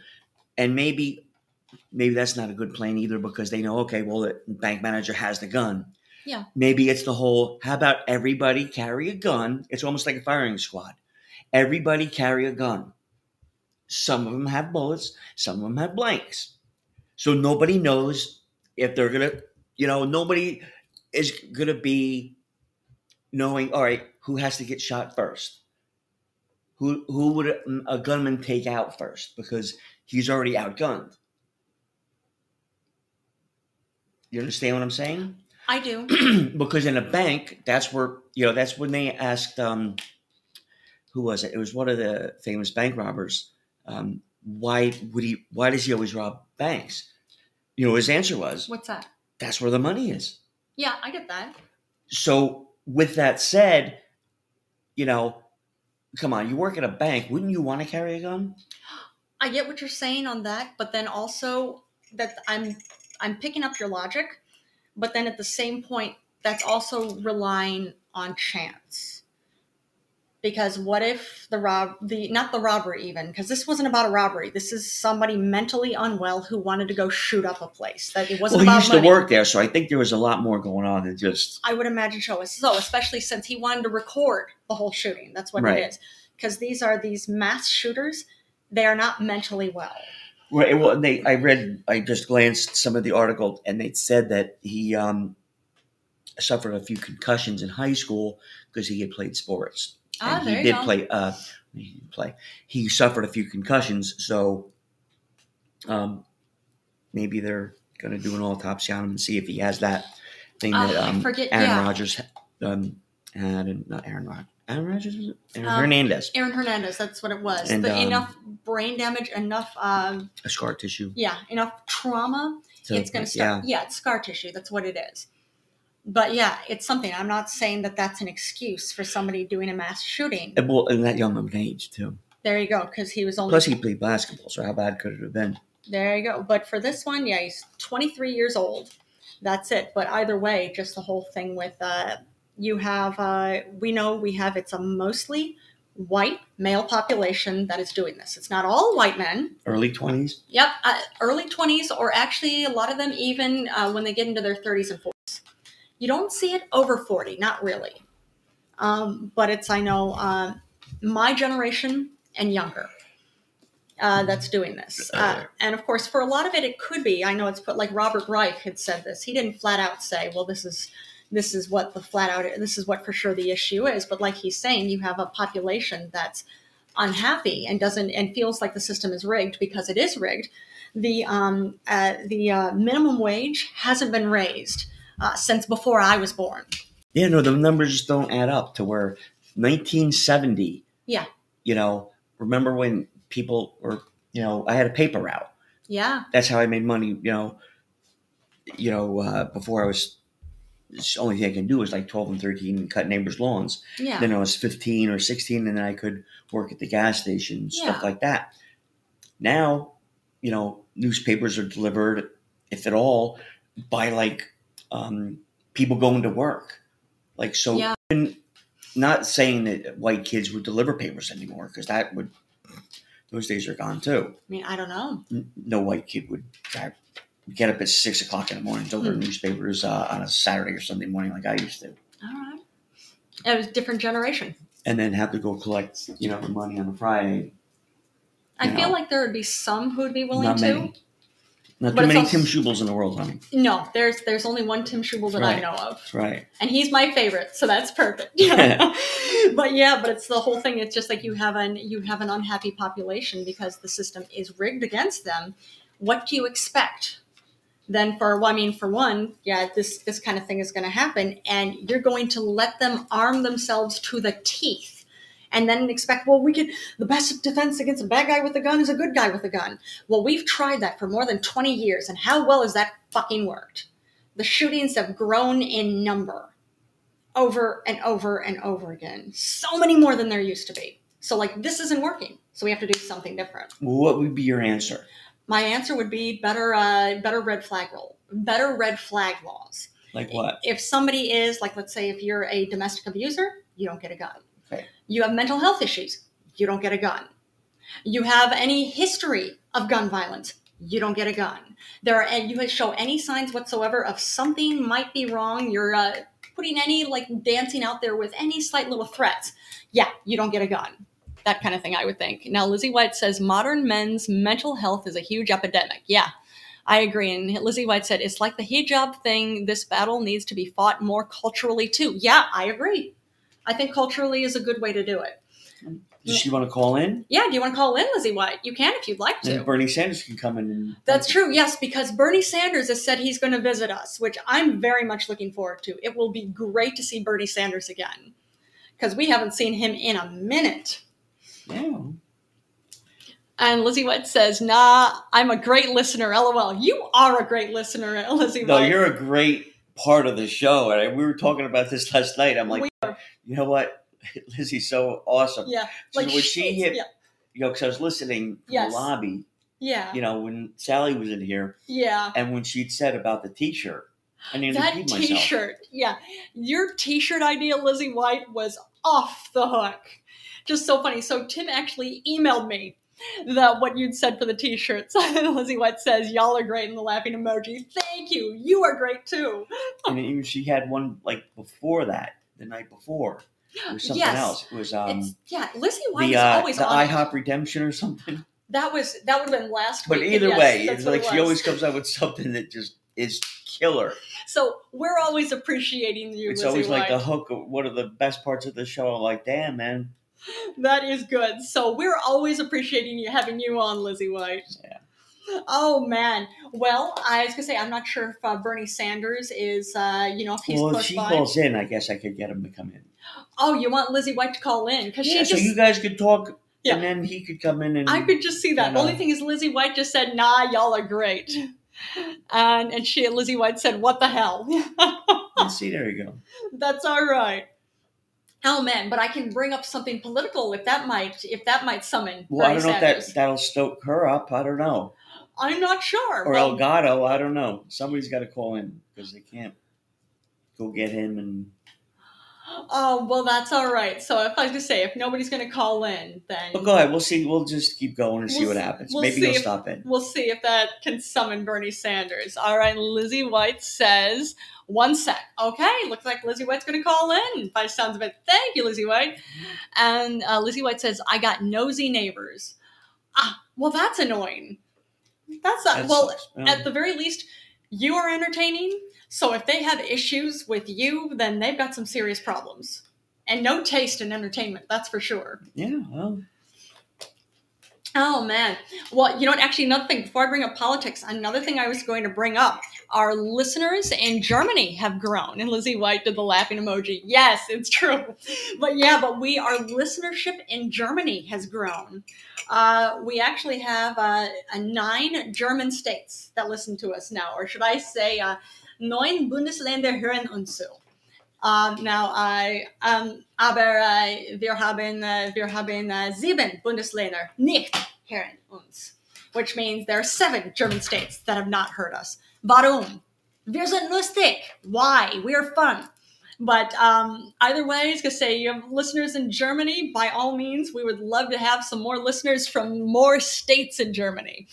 Speaker 1: and maybe maybe that's not a good plan either because they know okay, well the bank manager has the gun.
Speaker 2: Yeah.
Speaker 1: Maybe it's the whole how about everybody carry a gun? It's almost like a firing squad. Everybody carry a gun. Some of them have bullets, some of them have blanks. So nobody knows if they're going to, you know, nobody is going to be knowing all right, who has to get shot first who who would a- a gunman take out first because he's already outgunned. You understand what I'm saying? <clears throat>
Speaker 2: I do.
Speaker 1: because in a bank, that's where you know that's when they asked um, who was it? It was one of the famous bank robbers. Um, why would he? Why does he always rob banks? You know, his answer was,
Speaker 2: What's that?
Speaker 1: "That's where the money is."
Speaker 2: Yeah, I get that.
Speaker 1: So, with that said, you know, come on, you work at a bank, wouldn't you want to carry a gun?
Speaker 2: I get what you're saying on that, but then also that I'm I'm picking up your logic, but then at the same point that's also relying on chance. Because what if the rob the not the robbery even because this wasn't about a robbery. This is somebody mentally unwell who wanted to go shoot up a place. That it wasn't
Speaker 1: well, he
Speaker 2: about
Speaker 1: used
Speaker 2: money.
Speaker 1: to work there, so I think there was a lot more going on than just
Speaker 2: I would imagine so. So, especially since he wanted to record the whole shooting. That's what
Speaker 1: Right.
Speaker 2: it is. Because these are these mass shooters. They are not mentally well.
Speaker 1: right. Well, and they I read, I just glanced some of the article, and they said that he um, suffered a few concussions in high school because he had played sports.
Speaker 2: Ah,
Speaker 1: and he
Speaker 2: there you
Speaker 1: did
Speaker 2: go.
Speaker 1: play. Uh, he did play. He suffered a few concussions, so um, maybe they're going to do an autopsy on him and see if he has that thing
Speaker 2: Ah,
Speaker 1: that
Speaker 2: I
Speaker 1: um,
Speaker 2: forget.
Speaker 1: Aaron
Speaker 2: yeah.
Speaker 1: Rodgers um, had, and not Aaron Rodgers, Aaron Rodgers, was it? Aaron
Speaker 2: Um,
Speaker 1: Hernandez,
Speaker 2: Aaron Hernandez. That's what it was.
Speaker 1: And,
Speaker 2: but
Speaker 1: um,
Speaker 2: enough brain damage, enough, um,
Speaker 1: a scar tissue.
Speaker 2: yeah, enough trauma.
Speaker 1: So,
Speaker 2: it's going to start. Yeah. it's scar tissue. That's what it is. But yeah, it's something. I'm not saying that that's an excuse for somebody doing a mass shooting.
Speaker 1: And, well, and that young of an age too.
Speaker 2: There you go. Because he was only
Speaker 1: Plus, he played basketball, so how bad could it have been?
Speaker 2: There you go. But for this one, yeah, he's 23 years old. That's it. But either way, just the whole thing with uh, you have, uh, we know we have, it's a mostly white male population that is doing this. It's not all white men.
Speaker 1: Early twenties.
Speaker 2: Yep. Uh, early 20s, or actually a lot of them even uh, when they get into their 30s and 40s. You don't see it over 40, not really. Um, but it's, I know, uh, my generation and younger uh, that's doing this. Uh, and of course, for a lot of it, it could be. I know it's put like Robert Reich had said this. He didn't flat out say, "Well, this is this is what the flat out this is what for sure the issue is." But like he's saying, you have a population that's unhappy and doesn't and feels like the system is rigged because it is rigged. The um, uh, the uh, minimum wage hasn't been raised uh, since before I was born.
Speaker 1: Yeah, no, the numbers just don't add up to where 1970.
Speaker 2: Yeah.
Speaker 1: You know, remember when people were, you know, I had a paper route
Speaker 2: Yeah.
Speaker 1: That's how I made money. You know, you know, uh, before I was the only thing I can do was like twelve and thirteen and cut neighbors' lawns.
Speaker 2: Yeah.
Speaker 1: Then I was 15 or 16, and then I could work at the gas station,
Speaker 2: Yeah.
Speaker 1: stuff like that. Now, you know, newspapers are delivered, if at all, by like um, people going to work. Like, so
Speaker 2: Yeah.
Speaker 1: even not saying that white kids would deliver papers anymore, because that would, those days are gone too.
Speaker 2: I mean, I don't know.
Speaker 1: N- No white kid would drive, get up at six o'clock in the morning, deliver
Speaker 2: Hmm.
Speaker 1: newspapers uh, on a Saturday or Sunday morning like I used to.
Speaker 2: All right. It was a different generation.
Speaker 1: and then have to go collect, you know, the money on a Friday.
Speaker 2: I
Speaker 1: Yeah.
Speaker 2: feel like there would be some who would be willing
Speaker 1: Not
Speaker 2: to.
Speaker 1: many. Not
Speaker 2: But
Speaker 1: too
Speaker 2: it's
Speaker 1: many
Speaker 2: also-
Speaker 1: Tim Schubels in the world, honey.
Speaker 2: No, there's there's only one Tim Schubel that I
Speaker 1: Right.
Speaker 2: know of,
Speaker 1: That's right.
Speaker 2: and he's my favorite, so that's perfect. <laughs> but yeah, but it's the whole thing. It's just like you have an you have an unhappy population because the system is rigged against them. What do you expect? Then for well, I mean, for one, yeah, this this kind of thing is going to happen, and you're going to let them arm themselves to the teeth, and then expect well, we can the best defense against a bad guy with a gun is a good guy with a gun. Well, we've tried that for more than 20 years, and how well has that fucking worked? The shootings have grown in number over and over and over again. So many more than there used to be. So, like, this isn't working. So, we have to do something different.
Speaker 1: What would be your answer?
Speaker 2: My answer would be better, uh, better red flag rule, better red flag laws.
Speaker 1: Like what?
Speaker 2: If somebody is, like, let's say if you're a domestic abuser, you don't get a gun.
Speaker 1: Okay.
Speaker 2: You have mental health issues, you don't get a gun. You have any history of gun violence, you don't get a gun. There are, and you show any signs whatsoever of something might be wrong, you're uh, putting any, like, dancing out there with any slight little threats, yeah, you don't get a gun. That kind of thing, I would think. Now, Lizzie White says modern men's mental health is a huge epidemic. Yeah, I agree. And Lizzie White said, it's like the hijab thing. This battle needs to be fought more culturally, too. Yeah, I agree. I think culturally is a good way to do it. eh.
Speaker 1: Does she want to call in?
Speaker 2: Yeah, do you want to call in, Lizzie White? You can if you'd like to.
Speaker 1: Then Bernie Sanders can come in. And
Speaker 2: That's true, yes, because Bernie Sanders has said he's going to visit us, which I'm very much looking forward to. It will be great to see Bernie Sanders again because we haven't seen him in a minute.
Speaker 1: Yeah.
Speaker 2: And Lizzie White says, Nah, I'm a great listener. LOL. You are a great listener, Lizzie
Speaker 1: No,
Speaker 2: White.
Speaker 1: you're a great part of the show, and I- we were talking about this <laughs> last night. I'm like,
Speaker 2: We are-
Speaker 1: you know what? <laughs> Lizzie's so awesome.
Speaker 2: yeah.
Speaker 1: So when she
Speaker 2: she's-
Speaker 1: hit,
Speaker 2: Yeah.
Speaker 1: you know, because I was listening from
Speaker 2: Yes.
Speaker 1: the lobby,
Speaker 2: Yeah.
Speaker 1: you know, when Sally was in here,
Speaker 2: yeah.
Speaker 1: and when she'd said about the T-shirt, I need to
Speaker 2: That
Speaker 1: repeat
Speaker 2: t
Speaker 1: myself.
Speaker 2: shirt. Yeah. Your t shirt idea, Lizzie White, was off the hook. Just so funny. So Tim actually emailed me that what you'd said for the t shirts. <laughs> Lizzie White says, Y'all are great in the laughing emoji. Thank you. You are great too.
Speaker 1: and even she had one like before that, the night before.
Speaker 2: <gasps>
Speaker 1: It was something
Speaker 2: Yes.
Speaker 1: else. It was um
Speaker 2: it's, yeah, Lizzie White
Speaker 1: the
Speaker 2: is
Speaker 1: uh,
Speaker 2: always
Speaker 1: the
Speaker 2: on. it.
Speaker 1: IHOP redemption or something.
Speaker 2: That was that would have been last
Speaker 1: But
Speaker 2: week.
Speaker 1: either
Speaker 2: yes,
Speaker 1: way,
Speaker 2: that's
Speaker 1: it's
Speaker 2: what it
Speaker 1: like she
Speaker 2: was.
Speaker 1: always comes out with something that just is killer.
Speaker 2: So we're always appreciating you.
Speaker 1: it's
Speaker 2: Lizzie
Speaker 1: always like
Speaker 2: White.
Speaker 1: the hook of one of the best parts of the show. I'm like, damn man.
Speaker 2: That is good. So we're always appreciating you having you on, Lizzie White.
Speaker 1: Yeah.
Speaker 2: Oh man. Well, I was gonna say I'm not sure if uh, Bernie Sanders is, uh, you know, if he's
Speaker 1: well, if
Speaker 2: close
Speaker 1: she
Speaker 2: by.
Speaker 1: calls in, I guess I could get him to come in.
Speaker 2: oh, you want Lizzie White to call in because
Speaker 1: Yeah,
Speaker 2: she
Speaker 1: so
Speaker 2: just.
Speaker 1: you guys could talk,
Speaker 2: Yeah.
Speaker 1: and then he could come in and
Speaker 2: I could just see that.
Speaker 1: No, no.
Speaker 2: Only thing is, Lizzie White just said, "Nah, y'all are great," and and she Lizzie White said, "What the hell?" <laughs>
Speaker 1: let's see. There you go.
Speaker 2: That's all right. Oh man, but I can bring up something political if that might if that might summon.
Speaker 1: Well, I
Speaker 2: Bernie
Speaker 1: don't know if
Speaker 2: Sanders.
Speaker 1: that that'll stoke her up. I don't know,
Speaker 2: I'm not sure.
Speaker 1: or
Speaker 2: but-
Speaker 1: Elgato. I don't know. Somebody's got to call in because they can't go get him and
Speaker 2: Oh, well, that's all right. So if I was to say, if nobody's going to call in, then
Speaker 1: But go ahead. We'll see. We'll just keep going and see
Speaker 2: We'll
Speaker 1: what
Speaker 2: s-
Speaker 1: happens.
Speaker 2: we'll
Speaker 1: Maybe
Speaker 2: see
Speaker 1: he'll
Speaker 2: if-
Speaker 1: stop it.
Speaker 2: we'll see if that can summon Bernie Sanders. All right, Lizzie White says, one sec. Okay, looks like Lizzie White's going to call in by the sounds of it. Thank you, Lizzie White. And uh, Lizzie White says, I got nosy neighbors. Ah, well, that's annoying. That's not,
Speaker 1: That
Speaker 2: well,
Speaker 1: sucks.
Speaker 2: at the very least, you are entertaining. So if they have issues with you, then they've got some serious problems. And no taste in entertainment, that's for sure.
Speaker 1: yeah. Well,
Speaker 2: Oh man. Well, you know what? Actually, another thing before I bring up politics, another thing I was going to bring up our listeners in Germany have grown. And Lizzie White did the laughing emoji. Yes, it's true. <laughs> But yeah, but we, our listenership in Germany has grown. Uh, we actually have uh, uh, nine German states that listen to us now, or should I say, uh, neun Bundesländer hören uns zu. Um, now, I, um, aber uh, wir haben, uh, wir haben uh, sieben Bundesländer nicht hören uns, which means there are seven German states that have not heard us. Warum? Wir sind lustig. Why? We are fun. But um, either way, I was gonna say you have listeners in Germany. By all means, we would love to have some more listeners from more states in Germany.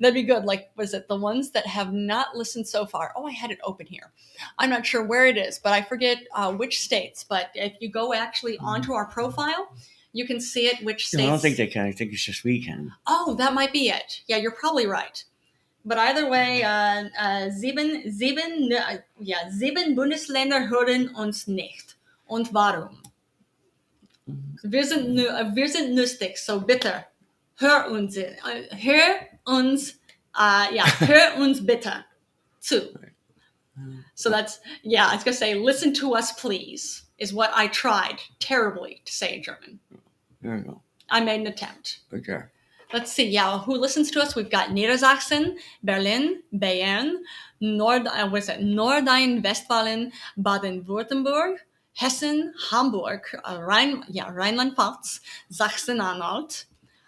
Speaker 2: That'd be good. Like, was it the ones that have not listened so far? Oh, I had it open here. I'm not sure where it is, but I forget uh, which states. But if you go actually onto our profile, you can see it which
Speaker 1: No,
Speaker 2: states.
Speaker 1: Mm-hmm. I don't think they can. I think it's just we can.
Speaker 2: Oh, that might be it. Yeah, you're probably right. But either way, uh, uh, sieben, sieben, uh, yeah, sieben Bundesländer hören uns nicht. Und warum? Wir sind, nu- äh, wir sind lustig, so bitte, hör uns, äh, hör uns, uh, ja, hör uns bitte zu. So that's, yeah, I was going to say, listen to us, please, is what I tried terribly to say in German.
Speaker 1: I don't know.
Speaker 2: I made an attempt.
Speaker 1: But yeah.
Speaker 2: Let's see, yeah, who listens to us? We've got Niedersachsen, Berlin, Bayern, Nord, uh, what is it? Nordrhein-Westfalen, Baden-Württemberg, Hessen, Hamburg, uh, Rhein, yeah, Rheinland-Pfalz, Sachsen-Anhalt.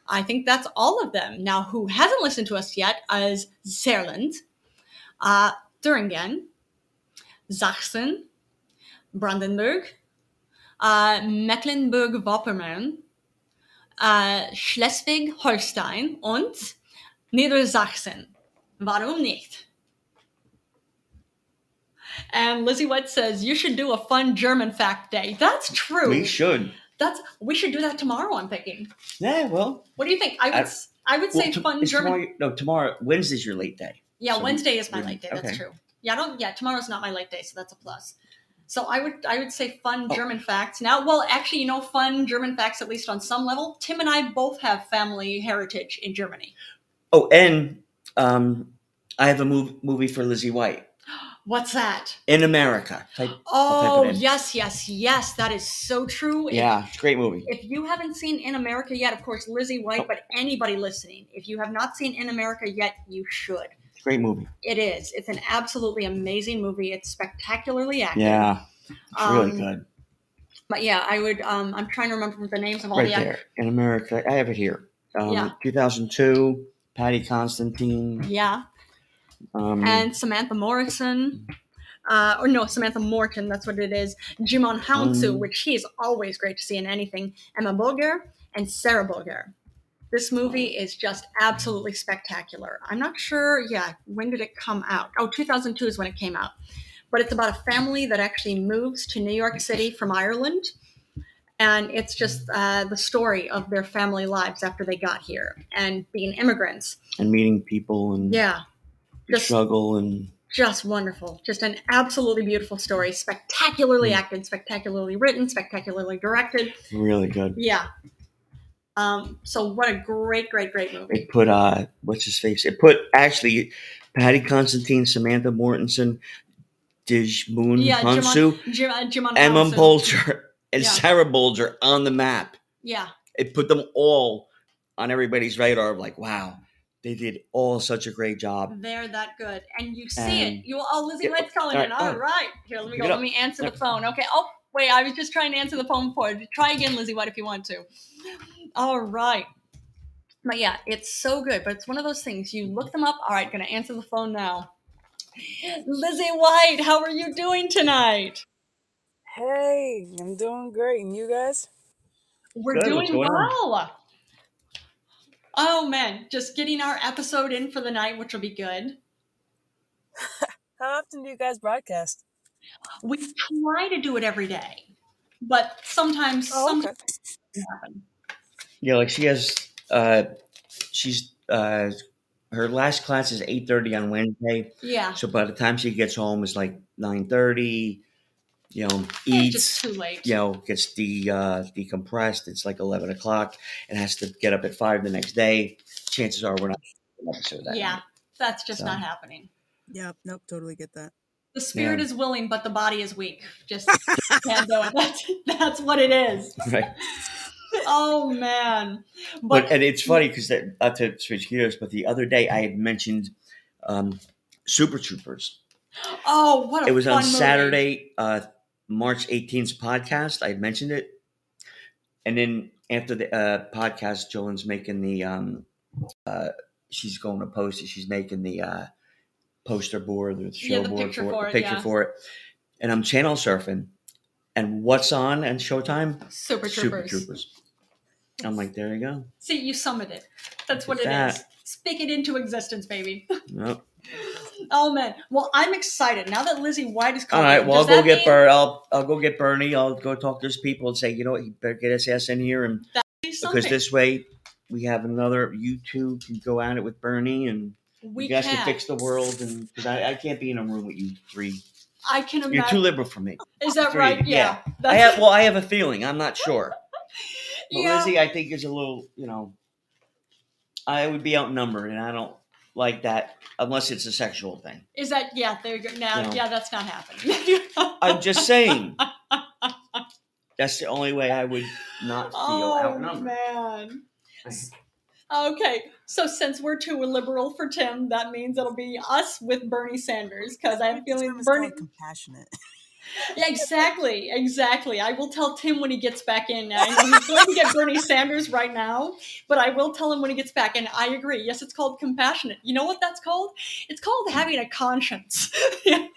Speaker 2: I think that's all of them. Now, who hasn't listened to us yet is Zeerland, uh, Thüringen, Sachsen, Brandenburg, uh, Mecklenburg-Vorpommern, äh, Schleswig-Holstein und Niedersachsen. Warum nicht? And Lizzie White says you should do a fun German fact day. That's true.
Speaker 1: We should.
Speaker 2: That's we should do that tomorrow. I'm thinking.
Speaker 1: Yeah, well.
Speaker 2: What do you think? I would
Speaker 1: I-
Speaker 2: s- I, would
Speaker 1: well,
Speaker 2: say
Speaker 1: to-
Speaker 2: fun
Speaker 1: it's
Speaker 2: German.
Speaker 1: Tomorrow, no, tomorrow, Wednesday's your late day.
Speaker 2: yeah,
Speaker 1: so
Speaker 2: Wednesday is my
Speaker 1: we-
Speaker 2: light day. That's
Speaker 1: okay.
Speaker 2: true. Yeah, I don't. Yeah, tomorrow's not my light day, so that's a plus. So I would I would say fun
Speaker 1: Oh.
Speaker 2: German facts. Now, well, actually, you know, fun German facts at least on some level. Tim and I both have family heritage in Germany.
Speaker 1: Oh, and um, I have a mov- movie for Lizzie White
Speaker 2: What's that?
Speaker 1: in America. Type- I'll
Speaker 2: Oh,
Speaker 1: type it in.
Speaker 2: yes, yes, yes. That is so true. If-
Speaker 1: yeah, it's a great movie.
Speaker 2: If, you haven't seen In America yet, of course, Lizzie
Speaker 1: Oh.
Speaker 2: White, but anybody listening, if you have not seen In America yet, you should.
Speaker 1: It's a great movie.
Speaker 2: It is. It's an absolutely amazing movie. It's spectacularly acted.
Speaker 1: Yeah, it's really
Speaker 2: Um,
Speaker 1: good.
Speaker 2: But yeah, I would. Um, I'm trying to remember the names of all
Speaker 1: Right
Speaker 2: the
Speaker 1: there in America. I have it here. Um,
Speaker 2: Yeah.
Speaker 1: 2002. Patty Constantine.
Speaker 2: Yeah,
Speaker 1: Um,
Speaker 2: and Samantha Morrison. Uh, or no, Samantha Morton, that's what it is. Jimon Hounsou,
Speaker 1: Um,
Speaker 2: which he is always great to see in anything. Emma Bulger and Sarah Bulger. This movie is just absolutely spectacular. I'm not sure, yeah, when did it come out? Oh, 2002 is when it came out. But it's about a family that actually moves to New York City from Ireland. And it's just uh, the story of their family lives after they got here and being immigrants.
Speaker 1: and meeting people and
Speaker 2: Yeah.
Speaker 1: the
Speaker 2: Just
Speaker 1: struggle and
Speaker 2: just wonderful. Just an absolutely beautiful story. Spectacularly acted, spectacularly written, spectacularly directed.
Speaker 1: really good.
Speaker 2: Yeah. Um, so what a great, great, great movie.
Speaker 1: It put uh, what's his face? It put actually Patty Constantine, Samantha Mortensen, Dij Moon
Speaker 2: Yeah, Jim
Speaker 1: Hansu,
Speaker 2: Jim, uh, Jim on
Speaker 1: Emma Bolger, and
Speaker 2: Yeah.
Speaker 1: Sarah Bolger on the map.
Speaker 2: Yeah.
Speaker 1: It put them all on everybody's radar. Of like, wow, they did all such a great job.
Speaker 2: They're that good. And you see
Speaker 1: And-
Speaker 2: it. You all Lizzie
Speaker 1: Yeah,
Speaker 2: White's calling
Speaker 1: all
Speaker 2: in.
Speaker 1: right,
Speaker 2: All
Speaker 1: fine.
Speaker 2: right. Here, let me
Speaker 1: Pick
Speaker 2: go.
Speaker 1: it
Speaker 2: Let
Speaker 1: up.
Speaker 2: me answer the
Speaker 1: Yeah.
Speaker 2: phone. Okay. Oh, wait, I was just trying to answer the phone for it. Try again, Lizzie White, if you want to. All right. But yeah, it's so good. But it's one of those things. You look them up. All right, gonna answer the phone now. Lizzie White, how are you doing tonight?
Speaker 3: Hey, I'm doing great. And you guys?
Speaker 2: We're
Speaker 1: Good, what's
Speaker 2: doing
Speaker 1: going on?
Speaker 2: well. Oh man, just getting our episode in for the night, which will be good.
Speaker 3: How often do you guys broadcast?
Speaker 2: We try to do it every day, but sometimes
Speaker 3: Oh, okay.
Speaker 2: something happens.
Speaker 1: Yeah, like she has. Uh, she's uh, her last class is eight thirty on Wednesday.
Speaker 2: Yeah,
Speaker 1: So by the time she gets home, it's like nine thirty. you know,
Speaker 2: It's
Speaker 1: eats,
Speaker 2: just too late.
Speaker 1: you know, gets de uh, decompressed. It's like eleven o'clock and has to get up at five the next day. Chances are we're not doing an episode that
Speaker 2: yeah,
Speaker 1: night.
Speaker 2: that's just
Speaker 1: So.
Speaker 2: not happening.
Speaker 3: Yep. Nope. Totally get that.
Speaker 2: The spirit is willing, but the body is weak. Just can't do it. <laughs> That's, that's what it is.
Speaker 1: right.
Speaker 2: Oh man,
Speaker 1: But,
Speaker 2: but,
Speaker 1: and it's funny because not to switch gears, but the other day I had mentioned um, Super Troopers.
Speaker 2: oh what a
Speaker 1: It was on
Speaker 2: fun movie.
Speaker 1: Saturday, uh, March 18th 's podcast. I had mentioned it, and then after the uh, podcast, Joan's making the um, uh, she's going to post it. She's making the uh, poster board, the show
Speaker 2: Yeah, the
Speaker 1: board
Speaker 2: picture
Speaker 1: for,
Speaker 2: for
Speaker 1: it,
Speaker 2: it,
Speaker 1: the picture
Speaker 2: yeah.
Speaker 1: for it, and I'm channel surfing, and what's on and Showtime?
Speaker 2: Super Troopers.
Speaker 1: Super Troopers. I'm like, there you go.
Speaker 2: See, you summoned it. That's what
Speaker 1: Look
Speaker 2: it
Speaker 1: at
Speaker 2: is.
Speaker 1: that.
Speaker 2: Speak it into existence, baby. <laughs>
Speaker 1: Yep.
Speaker 2: Oh man. Well, I'm excited now that Lizzie White is
Speaker 1: All
Speaker 2: coming.
Speaker 1: right. Well, I'll
Speaker 2: does
Speaker 1: go
Speaker 2: that
Speaker 1: get
Speaker 2: mean-
Speaker 1: Bernie. I'll I'll go get Bernie. I'll go talk to his people and say, you know what, you better get his ass in here, and because
Speaker 2: something.
Speaker 1: this way we have another. You two can go at it with Bernie, and
Speaker 2: we
Speaker 1: you guys can,
Speaker 2: can.
Speaker 1: fix the world. And because I, I can't be in a room with you three,
Speaker 2: I can imagine.
Speaker 1: you're too liberal for
Speaker 2: <laughs>
Speaker 1: me.
Speaker 2: is that
Speaker 1: three,
Speaker 2: right?
Speaker 1: yeah.
Speaker 2: Yeah.
Speaker 1: I
Speaker 2: That's,
Speaker 1: have, well, I have a feeling. I'm not
Speaker 2: <laughs>
Speaker 1: sure, but
Speaker 2: yeah.
Speaker 1: Lizzie, I think is a little. You know, I would be outnumbered, and I don't like that unless it's a sexual thing.
Speaker 2: Is that yeah? There you go. Now,
Speaker 1: No.
Speaker 2: yeah, that's not
Speaker 1: <laughs>
Speaker 2: happening.
Speaker 1: I'm just
Speaker 2: <laughs>
Speaker 1: saying. That's the only way I would not feel
Speaker 2: oh
Speaker 1: outnumbered.
Speaker 2: man. Okay, so since we're too liberal for Tim, that means it'll be us with Bernie Sanders because I have a feeling
Speaker 3: It's
Speaker 2: Bernie.
Speaker 3: called compassionate.
Speaker 2: Yeah, exactly, exactly. I will tell Tim when he gets back in. I know he's going to get Bernie Sanders right now, but I will tell him when he gets back. And I agree. Yes, it's called compassionate. You know what that's called? It's called having a conscience. <laughs>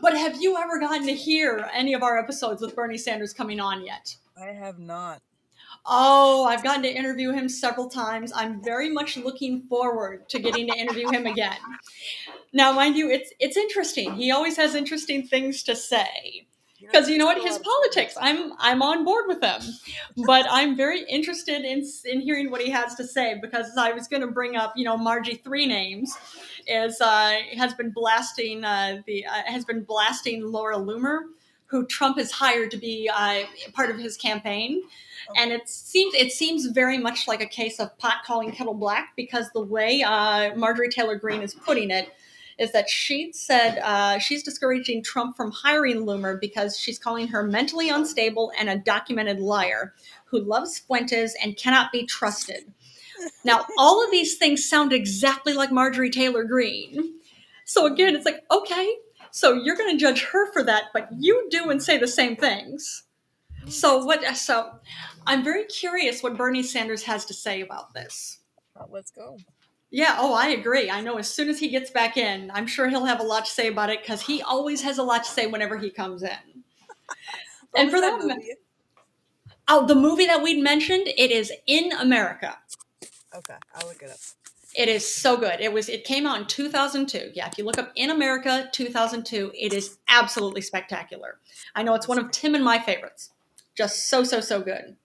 Speaker 2: but have you ever gotten to hear any of our episodes with Bernie Sanders coming on yet?
Speaker 3: <laughs> I have not.
Speaker 2: Oh, I've gotten to interview him several times. I'm very much looking forward to getting to interview him again. Now, mind you, it's it's interesting. He always has interesting things to say. Because you know what, his politics, I'm I'm on board with them, but I'm very interested in in hearing what he has to say. Because I was going to bring up, you know, Margie three names is uh, has been blasting uh, the uh, has been blasting Laura Loomer, who Trump has hired to be uh, part of his campaign and it seems it seems very much like a case of pot calling kettle black because the way uh, Marjorie Taylor Greene is putting it is that she said uh, she's discouraging Trump from hiring Loomer because she's calling her mentally unstable and a documented liar who loves Fuentes and cannot be trusted. Now, all of these things sound exactly like Marjorie Taylor Greene. So again, it's like okay. So you're going to judge her for that, but you do and say the same things. So what? So I'm very curious what Bernie Sanders has to say about this.
Speaker 3: Let's go.
Speaker 2: Yeah, oh, I agree. I know as soon as he gets back in, I'm sure he'll have a lot to say about it because he always has a lot to say whenever he comes in. And for that ma-
Speaker 3: movie?
Speaker 2: Oh, the movie that we'd mentioned, it is in America.
Speaker 3: Okay, I'll look it up.
Speaker 2: It is so good. It was it came out in 2002. Yeah, if you look up in America 2002, it is absolutely spectacular. I know it's one of Tim and my favorites. Just so so so good.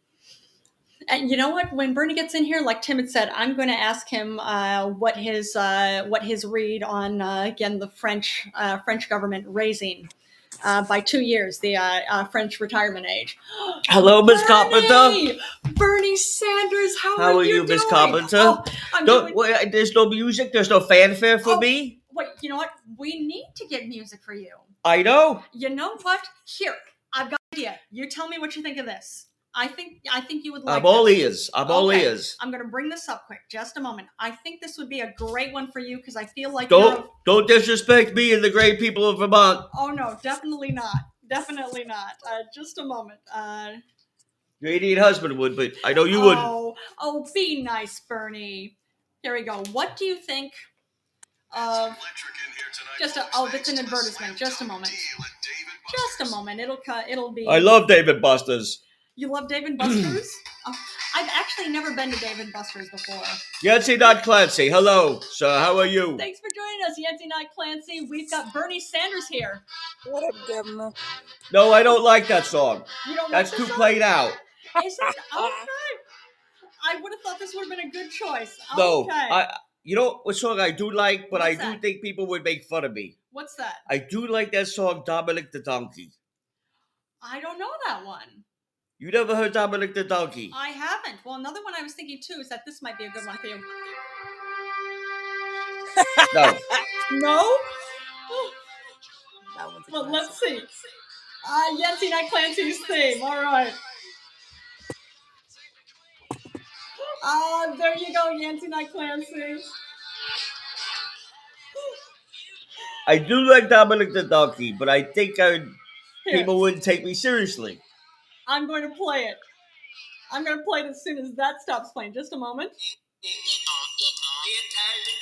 Speaker 2: And you know what? When Bernie gets in here, like Tim had said, I'm going to ask him uh, what his uh, what his read on uh, again the French uh, French government raising uh, by two years the uh, uh, French retirement age.
Speaker 1: Hello, Miss Carpenter.
Speaker 2: Bernie! Bernie Sanders, how,
Speaker 1: How
Speaker 2: are,
Speaker 1: are you, Miss
Speaker 2: doing?
Speaker 1: Carpenter?
Speaker 2: Oh, I'm doing-
Speaker 1: Don't, wait, there's no music. There's no fanfare for
Speaker 2: Oh.
Speaker 1: me.
Speaker 2: Wait, you know what? We need to get music for you.
Speaker 1: I know.
Speaker 2: You know what? Here, I've got an idea. You tell me what you think of this. I think I think you would like.
Speaker 1: I'm all
Speaker 2: this.
Speaker 1: ears. I'm all
Speaker 2: Okay.
Speaker 1: ears.
Speaker 2: I'm gonna bring this up quick, just a moment. I think this would be a great one for you because I feel like
Speaker 1: Don't
Speaker 2: you're-
Speaker 1: don't disrespect me and the great people of Vermont.
Speaker 2: Oh no, definitely not. Definitely not. Uh, just a moment. Uh,
Speaker 1: Your idiot husband would, but I know you wouldn't.
Speaker 2: oh, Oh, be nice, Bernie. Here we go. What do you think of? Just a, oh, that's an advertisement. Just a moment. Just a moment. It'll cut. It'll be.
Speaker 1: I love David Busters.
Speaker 2: You
Speaker 1: <clears throat>
Speaker 2: love Dave and Buster's? oh, I've actually never been to Dave and Buster's before.
Speaker 1: Yancy, not Clancy. Hello, sir. How are you?
Speaker 2: Thanks for joining us, Yancy Knight Clancy. We've got Bernie Sanders here.
Speaker 3: What up, Governor?
Speaker 1: No, I don't like that song.
Speaker 2: You don't
Speaker 1: That's
Speaker 2: like
Speaker 1: too
Speaker 2: this song?
Speaker 1: played out. <laughs>
Speaker 2: Is it? Okay. I would have thought this would have been a good choice. Okay.
Speaker 1: No, I You know what song I do like, but I
Speaker 2: What's
Speaker 1: do
Speaker 2: that?
Speaker 1: think people would make fun of me.
Speaker 2: What's that?
Speaker 1: I do like that song Dominic the Donkey.
Speaker 2: I don't know that one.
Speaker 1: You never heard Dominic the Donkey?
Speaker 2: I haven't. Well, another one I was thinking too is that this might be a good one for you. <laughs>
Speaker 1: No.
Speaker 2: No? Oh,
Speaker 3: That one's a
Speaker 2: Well,
Speaker 3: classic.
Speaker 2: let's see. Uh, Yancy Night Clancy's theme. All right. Uh, there you go, Yancy Night Clancy.
Speaker 1: I do like Dominic the Donkey, but I think I would,
Speaker 2: Here,
Speaker 1: people wouldn't take me seriously.
Speaker 2: I'm going to play it. I'm going to play it as soon as that stops playing. Just a moment.
Speaker 4: The Italian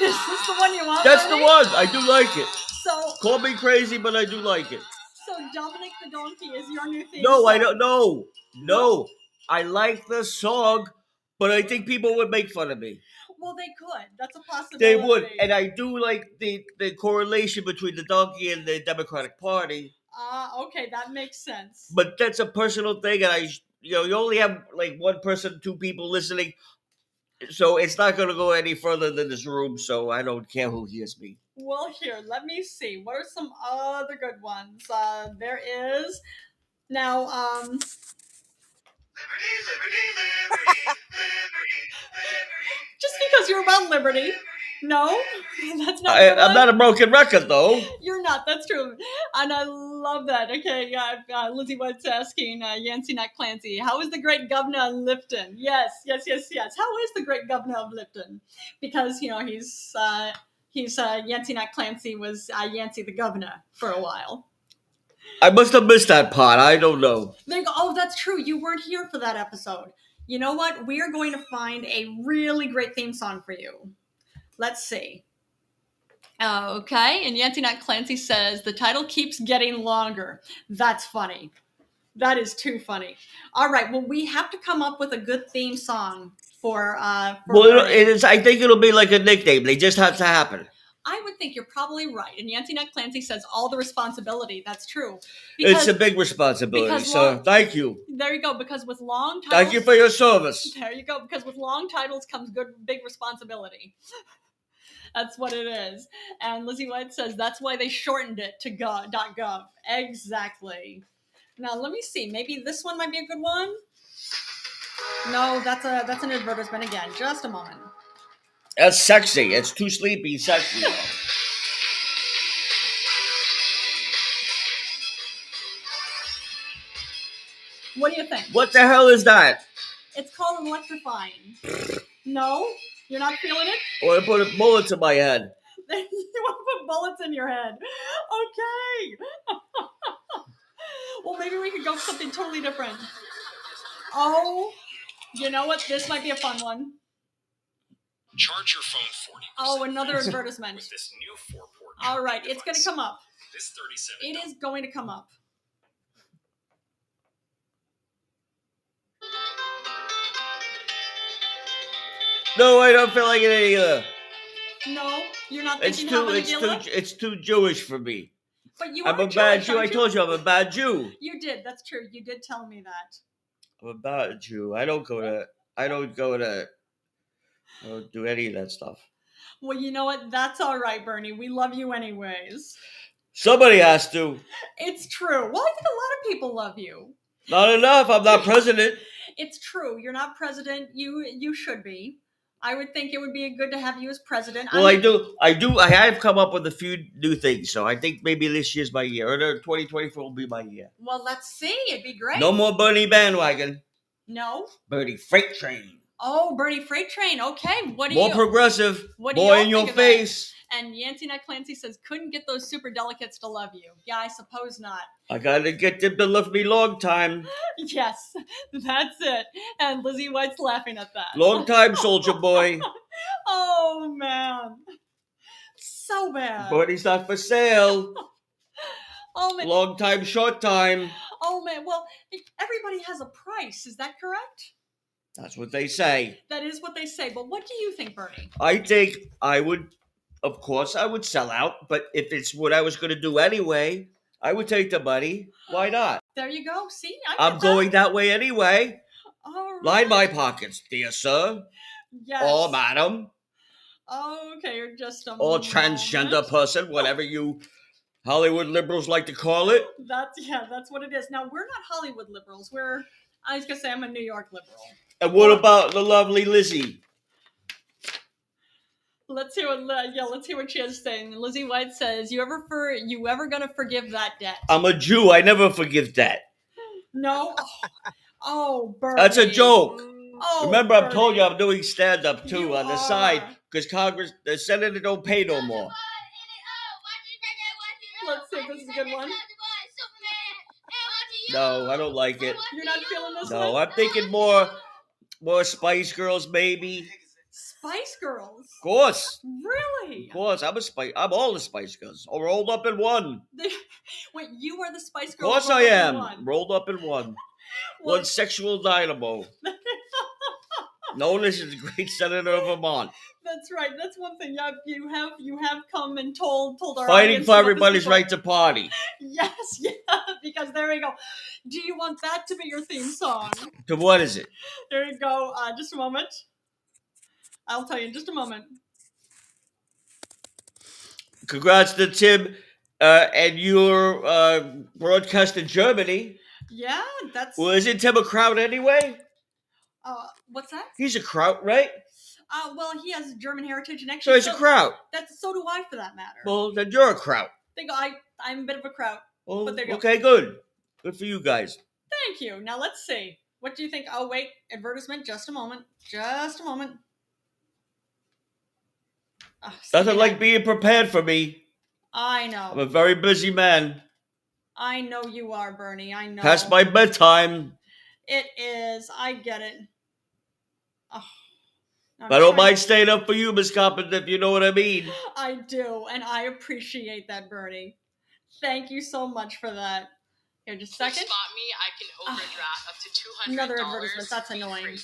Speaker 4: Christmas donkey. La,
Speaker 2: Is this the one you want?
Speaker 1: That's the
Speaker 2: Randy?
Speaker 1: one. I do like it.
Speaker 2: So,
Speaker 1: Call me crazy, but I do like it.
Speaker 2: so Dominic the Donkey is your new theme.
Speaker 1: No, I
Speaker 2: song.
Speaker 1: don't. No, no. I like the song, but I think people would make fun of me.
Speaker 2: Well, they could. That's a possibility.
Speaker 1: They would, and I do like the the correlation between the donkey and the Democratic Party.
Speaker 2: Ah, okay, that makes sense.
Speaker 1: But that's a personal thing, and I, you know, you only have like one person, two people listening, so it's not going to go any further than this room. So I don't care who hears me.
Speaker 2: Well, here, let me see. What are some other good ones? Uh, there is now. Um, just because you're about liberty, no, <laughs> that's not.
Speaker 1: I,
Speaker 2: a good
Speaker 1: I'm
Speaker 2: one?
Speaker 1: not a broken record, though.
Speaker 2: You're not. That's true, and I love that. Okay, yeah, uh, Lizzie White's asking uh, Yancy, not Clancy, how is the great governor of Lipton? Yes, yes, yes, yes. How is the great governor of Lipton? Because you know he's uh, he's uh, Yancy, not Clancy was uh, Yancy the governor for a while.
Speaker 1: I must have missed that part. I don't know.
Speaker 2: They go, oh, that's true. You weren't here for that episode. You know what? We are going to find a really great theme song for you. Let's see. Oh, okay. And Yancy Not Clancy says, the title keeps getting longer. That's funny. That is too funny. All right. Well, we have to come up with a good theme song for. Uh, for
Speaker 1: Well,
Speaker 2: Rory.
Speaker 1: it is. I think it'll be like a nickname. They just have to happen.
Speaker 2: I would think you're probably right. And Yancy Not Clancy says, all the responsibility. That's true.
Speaker 1: it's
Speaker 2: Because
Speaker 1: a big responsibility.
Speaker 2: because
Speaker 1: So
Speaker 2: law-
Speaker 1: thank you,
Speaker 2: there you go. Because with long titles.
Speaker 1: thank you for your service.
Speaker 2: There you go. Because with long titles comes good, big responsibility. that's what it is. And Lizzie White says that's why they shortened it to gov. dot .gov. Exactly. Now let me see. Maybe this one might be a good one. No, that's a that's an advertisement again. Just a moment.
Speaker 1: That's sexy. It's too sleepy, sexy.
Speaker 2: What do you think?
Speaker 1: what the hell is that?
Speaker 2: It's called electrifying. no, you're not feeling it.
Speaker 1: Oh, I want to put a bullet to my head.
Speaker 2: <laughs> you want to put bullets in your head. Okay. <laughs> well, maybe we could go with something totally different. Oh, you know what? This might be a fun one.
Speaker 5: Charge your phone 40.
Speaker 1: <laughs>
Speaker 2: Oh, another advertisement.
Speaker 5: With this new four-port.
Speaker 2: All right, it's going to come up.
Speaker 5: This 37.
Speaker 2: It is going to come up.
Speaker 1: No, I don't feel like it either.
Speaker 2: No, you're not
Speaker 1: It's
Speaker 2: thinking how
Speaker 1: too,
Speaker 2: many
Speaker 1: it's
Speaker 2: you
Speaker 1: too,
Speaker 2: look,
Speaker 1: it's too Jewish for me.
Speaker 2: but you
Speaker 1: I'm
Speaker 2: are
Speaker 1: a bad
Speaker 2: Jewish,
Speaker 1: Jew. I
Speaker 2: aren't
Speaker 1: told you, I'm a bad Jew.
Speaker 2: You did. That's true. You did tell me that.
Speaker 1: I'm a bad Jew. I don't go to. I don't go to. I don't do any of that stuff.
Speaker 2: Well, you know what? That's all right, Bernie. We love you anyways.
Speaker 1: Somebody has to.
Speaker 2: It's true. Well, I think a lot of people love you.
Speaker 1: Not enough. I'm not president.
Speaker 2: it's true. You're not president. You you should be. I would think it would be good to have you as president.
Speaker 1: Well, I
Speaker 2: I'm-
Speaker 1: do. I do. I have come up with a few new things, so I think maybe this year's my year, or no, 2024 will be my year.
Speaker 2: Well, let's see. It'd be great.
Speaker 1: No more Bernie bandwagon.
Speaker 2: No?
Speaker 1: Bernie freight train.
Speaker 2: Oh, Bernie Freight Train. Okay. What do
Speaker 1: More
Speaker 2: you?
Speaker 1: progressive.
Speaker 2: what do
Speaker 1: Boy
Speaker 2: y'all
Speaker 1: in your
Speaker 2: think of that?
Speaker 1: face.
Speaker 2: and Yancy Nut Clancy says, "Couldn't get those super delicates to love you." Yeah, I suppose not. <laughs>
Speaker 1: I gotta get them to love me long time.
Speaker 2: yes, that's it. And Lizzie White's laughing at that.
Speaker 1: Long time, soldier
Speaker 2: <laughs>
Speaker 1: boy.
Speaker 2: Oh man, so bad.
Speaker 1: Bernie's not for
Speaker 2: <laughs>
Speaker 1: sale.
Speaker 2: oh man.
Speaker 1: Long time, short time.
Speaker 2: oh man. Well, everybody has a price. Is that correct?
Speaker 1: That's what they say.
Speaker 2: That is what they say. But what do you think, Bernie?
Speaker 1: I think I would, of course, I would sell out, but if it's what I was gonna do anyway, I would take the money. Why not?
Speaker 2: There you go. See, I
Speaker 1: I'm
Speaker 2: got that.
Speaker 1: going that way anyway.
Speaker 2: All right.
Speaker 1: Line my pockets, dear sir.
Speaker 2: Yes.
Speaker 1: all madam,
Speaker 2: Oh, okay, you're just a
Speaker 1: all transgender
Speaker 2: moment.
Speaker 1: person, whatever you Hollywood liberals like to call it.
Speaker 2: That's yeah, that's what it is. Now we're not Hollywood liberals. We're I was gonna say I'm a New York liberal.
Speaker 1: And what about the lovely Lizzie?
Speaker 2: Let's hear what Li- yeah, let's hear what she has saying. Lizzie White says, "You ever for you ever gonna forgive that debt?
Speaker 1: I'm a Jew. I never forgive that.
Speaker 2: No. Oh, Bernie.
Speaker 1: That's a joke.
Speaker 3: Mm,
Speaker 2: Oh,
Speaker 1: Remember, I told you
Speaker 2: Bernie.
Speaker 1: I'm doing stand up too
Speaker 2: You
Speaker 1: on the side
Speaker 2: are.
Speaker 1: because Congress, the Senator don't pay no more.
Speaker 2: Let's see if this is a good one.
Speaker 1: No, I don't like it.
Speaker 2: You're not feeling this
Speaker 1: No,
Speaker 2: one?
Speaker 1: I'm thinking more, more Spice Girls, maybe. Of
Speaker 2: Spice Girls.
Speaker 1: course,
Speaker 2: Really?
Speaker 1: of course. I'm a Spice. I'm all the Spice Girls, all rolled up in one.
Speaker 2: They- <laughs> Wait, you are the Spice
Speaker 1: Of
Speaker 2: Girls.
Speaker 1: course,
Speaker 2: from
Speaker 1: I am
Speaker 2: One.
Speaker 1: rolled up in one.
Speaker 2: Well,
Speaker 1: One sexual dynamo, known as the great Senator of Vermont,
Speaker 2: <laughs> that's right. That's one thing. Yeah, you have you have come and told told our
Speaker 1: fighting
Speaker 2: audience
Speaker 1: for
Speaker 2: about this
Speaker 1: everybody's
Speaker 2: before.
Speaker 1: right to party.
Speaker 2: <laughs> Yes, <laughs> yeah. Because there we go. Do you want that to be your theme song?
Speaker 1: To what is it?
Speaker 2: There you go. Uh, just a moment. I'll tell you in just a moment.
Speaker 1: Congrats to Tim uh, and your uh, broadcast in Germany.
Speaker 2: Yeah, that's.
Speaker 1: Well, isn't Tim a crowd anyway?
Speaker 2: Uh, what's that?
Speaker 1: He's a crowd, right?
Speaker 2: Uh, well, he has German heritage and
Speaker 1: So
Speaker 2: actually,
Speaker 1: he's a crowd.
Speaker 2: That's so do I, for that matter.
Speaker 1: Well, then you're a crowd.
Speaker 2: They go, I, I'm a bit of a crowd.
Speaker 1: Well,
Speaker 2: But there you go.
Speaker 1: okay, good. Good for you guys.
Speaker 2: Thank you. Now let's see. What do you think? Oh wait, advertisement. Just a moment. Just a moment. Ugh, Sunday
Speaker 1: Nothing like
Speaker 2: night.
Speaker 1: being prepared for me.
Speaker 2: I
Speaker 1: I'm a
Speaker 2: know.
Speaker 1: very busy man.
Speaker 2: I know you are, Bernie. I know.
Speaker 1: Past my bedtime.
Speaker 2: It is. I get it. Oh, I'm
Speaker 1: I don't
Speaker 2: trying-
Speaker 1: mind staying up for you, Miss Coppin, if you know what I mean.
Speaker 2: I do, and I appreciate that, Bernie. Thank you so much for that. Here, just a
Speaker 6: Which
Speaker 2: second. Ah.
Speaker 6: spot me, I can overdraft up to two hundred
Speaker 2: Another advertisement. That's annoying.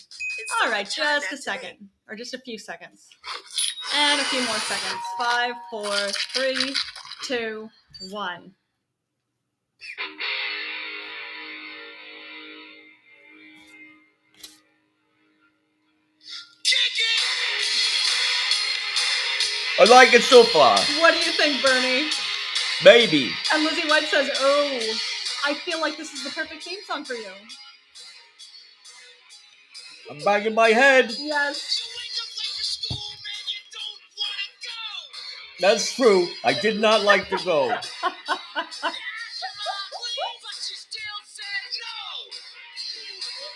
Speaker 2: All right, just a second, or just a few seconds, and a few more seconds. Five, four, three, two, one.
Speaker 1: I like it so far.
Speaker 2: What do you think, Bernie?
Speaker 1: Maybe.
Speaker 2: And Lizzie White says, "Oh, I feel like this is the perfect theme song for you."
Speaker 1: I'm banging my head.
Speaker 2: Yes,
Speaker 1: That's true. I did not like to go.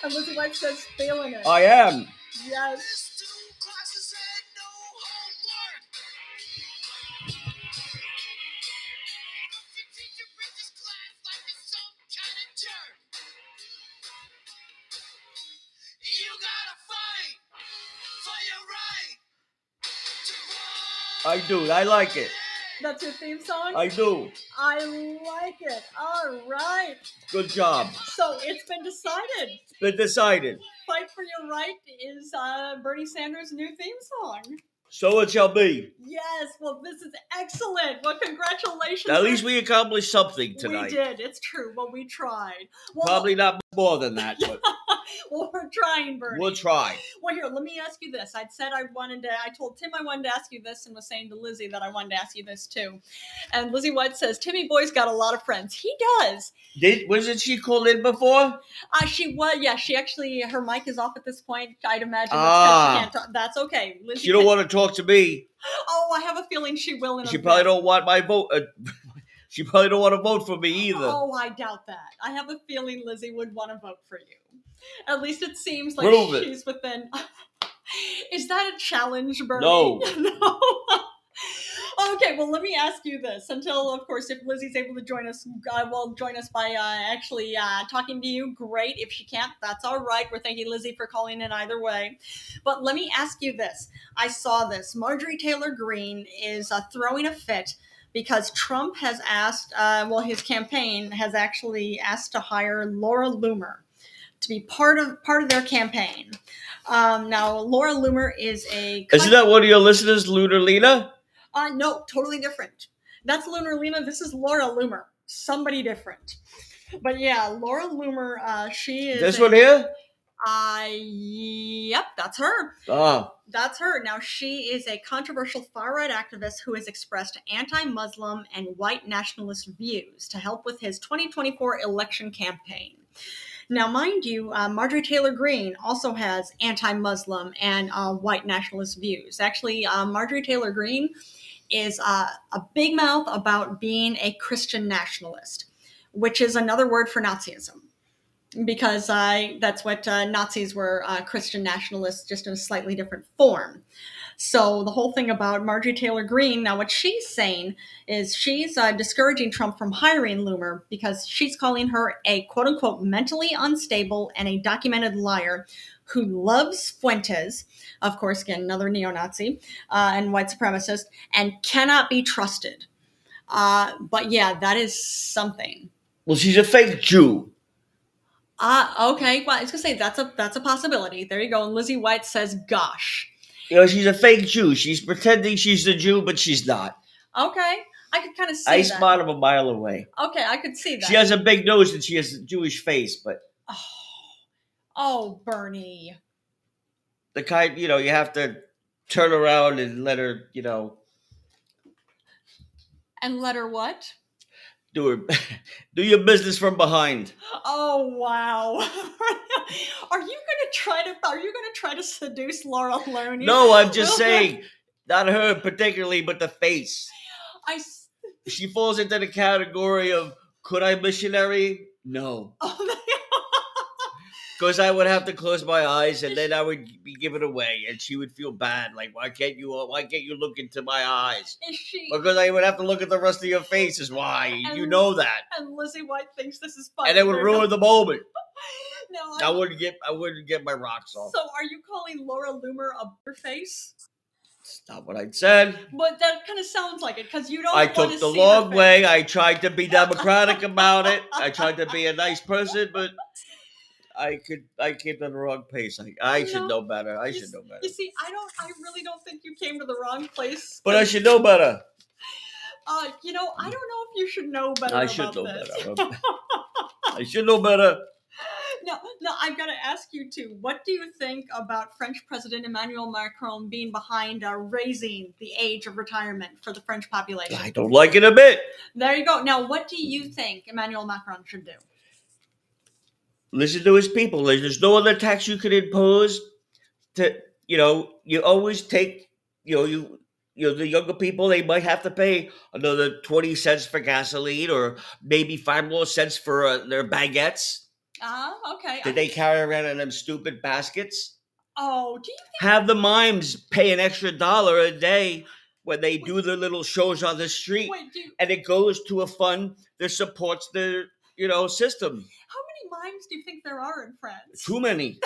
Speaker 2: and Lizzie White says, "Failing it."
Speaker 1: I am.
Speaker 2: Yes.
Speaker 4: You gotta fight for your
Speaker 1: I
Speaker 4: right to run.
Speaker 1: do. I like it.
Speaker 2: That's your theme song?
Speaker 1: I do.
Speaker 2: I like it. All right.
Speaker 1: Good job.
Speaker 2: So it's been decided.
Speaker 1: It's been decided.
Speaker 2: Fight for Your Right is uh, Bernie Sanders' new theme song.
Speaker 1: So it shall be.
Speaker 2: Yes. Well, this is excellent. Well, congratulations.
Speaker 1: At least
Speaker 2: sir.
Speaker 1: we accomplished something
Speaker 2: We
Speaker 1: tonight.
Speaker 2: did. It's true. Well, we tried. Well,
Speaker 1: Probably not much more than that, but
Speaker 2: <laughs> Well, we're trying, Bernie.
Speaker 1: we'll try.
Speaker 2: Well, here, let me ask you this. I'd said I wanted to, I told Tim I wanted to ask you this and was saying to Lizzie that I wanted to ask you this too. And Lizzie White says, Timmy Boy's got a lot of friends. He does.
Speaker 1: Did wasn't she called in before?
Speaker 2: Uh, she was, yeah, she actually, her mic is off at this point. I'd imagine that's 'cause
Speaker 1: Ah.
Speaker 2: she can't talk. That's okay. Lizzie
Speaker 1: She don't want to talk to me.
Speaker 2: Oh, I have a feeling she will. In
Speaker 1: She
Speaker 2: a
Speaker 1: probably
Speaker 2: bit.
Speaker 1: don't want my vote. Uh, <laughs> she probably don't want to vote for me either.
Speaker 2: Oh, I doubt that. I have a feeling Lizzie would want to vote for you. At least it seems like
Speaker 1: Prove it.
Speaker 2: she's within. <laughs> Is that a challenge, Bernie?
Speaker 1: No.
Speaker 2: <laughs> no. okay. Well, let me ask you this. Until, of course, if Lizzie's able to join us, uh, well, join us by uh, actually uh, talking to you. Great. If she can't, that's all right. We're thanking Lizzie for calling in either way. But let me ask you this. I saw this. Marjorie Taylor Greene is uh, throwing a fit because Trump has asked, uh, well, his campaign has actually asked to hire Laura Loomer to be part of part of their campaign. Um, now, Laura Loomer is a
Speaker 1: Isn't that one of your listeners, Lunar Lena?
Speaker 2: uh, no, totally different. That's Lunar Lena. This is Laura Loomer. Somebody different. But yeah, Laura Loomer. Uh, she is
Speaker 1: This
Speaker 2: a-
Speaker 1: one here?
Speaker 2: Uh, yep, that's her.
Speaker 1: Oh,
Speaker 2: That's her. Now, she is a controversial far right activist who has expressed anti Muslim and white nationalist views to help with his 2024 election campaign. Now, mind you, uh, Marjorie Taylor Greene also has anti Muslim and uh, white nationalist views. Actually, uh, Marjorie Taylor Greene is uh, a big mouth about being a Christian nationalist, which is another word for Nazism because I that's what uh, Nazis were uh, Christian nationalists, just in a slightly different form. So the whole thing about Marjorie Taylor Greene now, what she's saying is she's uh, discouraging Trump from hiring Loomer because she's calling her a quote unquote mentally unstable and a documented liar who loves Fuentes, of course, again another neo-Nazi uh, and white supremacist, and cannot be trusted. Uh, but yeah, that is something.
Speaker 1: well, she's a fake Jew.
Speaker 2: Ah, okay. Well, I was gonna say that's a that's a possibility. There you go. And Lizzie White says, "Gosh,
Speaker 1: You know, she's a fake Jew. She's pretending she's a Jew, but she's not.
Speaker 2: okay." I could kind of see
Speaker 1: I
Speaker 2: that.
Speaker 1: spot him a mile away.
Speaker 2: Okay, I could see that.
Speaker 1: She has a big nose and she has a Jewish face, but
Speaker 2: oh, oh, Bernie.
Speaker 1: the kind you know you have to turn around and let her you know
Speaker 2: And let her what?
Speaker 1: do her <laughs> do your business from behind.
Speaker 2: Oh wow. <laughs> are you gonna try to are you gonna try to seduce Laura Loney? <laughs>
Speaker 1: No, I'm just saying, not her particularly, but the face.
Speaker 2: I s-
Speaker 1: She falls into the category of could I missionary? No,
Speaker 2: oh, <laughs>
Speaker 1: because I would have to close my eyes and then I would be given away, and she would feel bad. Like why can't you? Why can't you look into my eyes?
Speaker 2: is she
Speaker 1: Because I would have to look at the rest of your faces. Why? You know that,
Speaker 2: and Lizzie White thinks this is funny.
Speaker 1: and it would ruin the moment.
Speaker 2: <laughs> No,
Speaker 1: I
Speaker 2: I'm-
Speaker 1: wouldn't get. I wouldn't get my rocks off.
Speaker 2: So are you calling Laura Loomer a butterface? face?
Speaker 1: It's not what I said.
Speaker 2: But that kind of sounds like it because you don't.
Speaker 1: I
Speaker 2: wanna
Speaker 1: took the
Speaker 2: see her
Speaker 1: long
Speaker 2: face.
Speaker 1: way. I tried to be democratic about it. I tried to be a nice
Speaker 2: <laughs>
Speaker 1: person, but I could I came to the wrong pace. I, I should
Speaker 2: No,
Speaker 1: know better. I
Speaker 2: you
Speaker 1: should know
Speaker 2: You
Speaker 1: better.
Speaker 2: see, I don't. I really don't think you came to the wrong place.
Speaker 1: But I should know better.
Speaker 2: Uh, you know, I don't know if you should know better.
Speaker 1: I should
Speaker 2: about
Speaker 1: know
Speaker 2: this.
Speaker 1: better. I should know better.
Speaker 2: <laughs> No, no. I've got to ask you too. What do you think about French President Emmanuel Macron being behind uh, raising the age of retirement for the French population?
Speaker 1: I don't like it a bit.
Speaker 2: There you go. Now, what do you think Emmanuel Macron should do?
Speaker 1: Listen to his people. There's no other tax you could impose. To you know, you always take you know you you know the younger people they might have to pay another twenty cents for gasoline or maybe five more cents for uh, their baguettes.
Speaker 2: Ah, okay.
Speaker 1: that they carry around in them stupid baskets.
Speaker 2: oh, do you
Speaker 1: Have the mimes pay an extra dollar a day when they do their little shows on the street,
Speaker 2: wait? Do you,
Speaker 1: and it goes to a fund that supports their you know system.
Speaker 2: how many mimes do you think there are in France?
Speaker 1: Too many,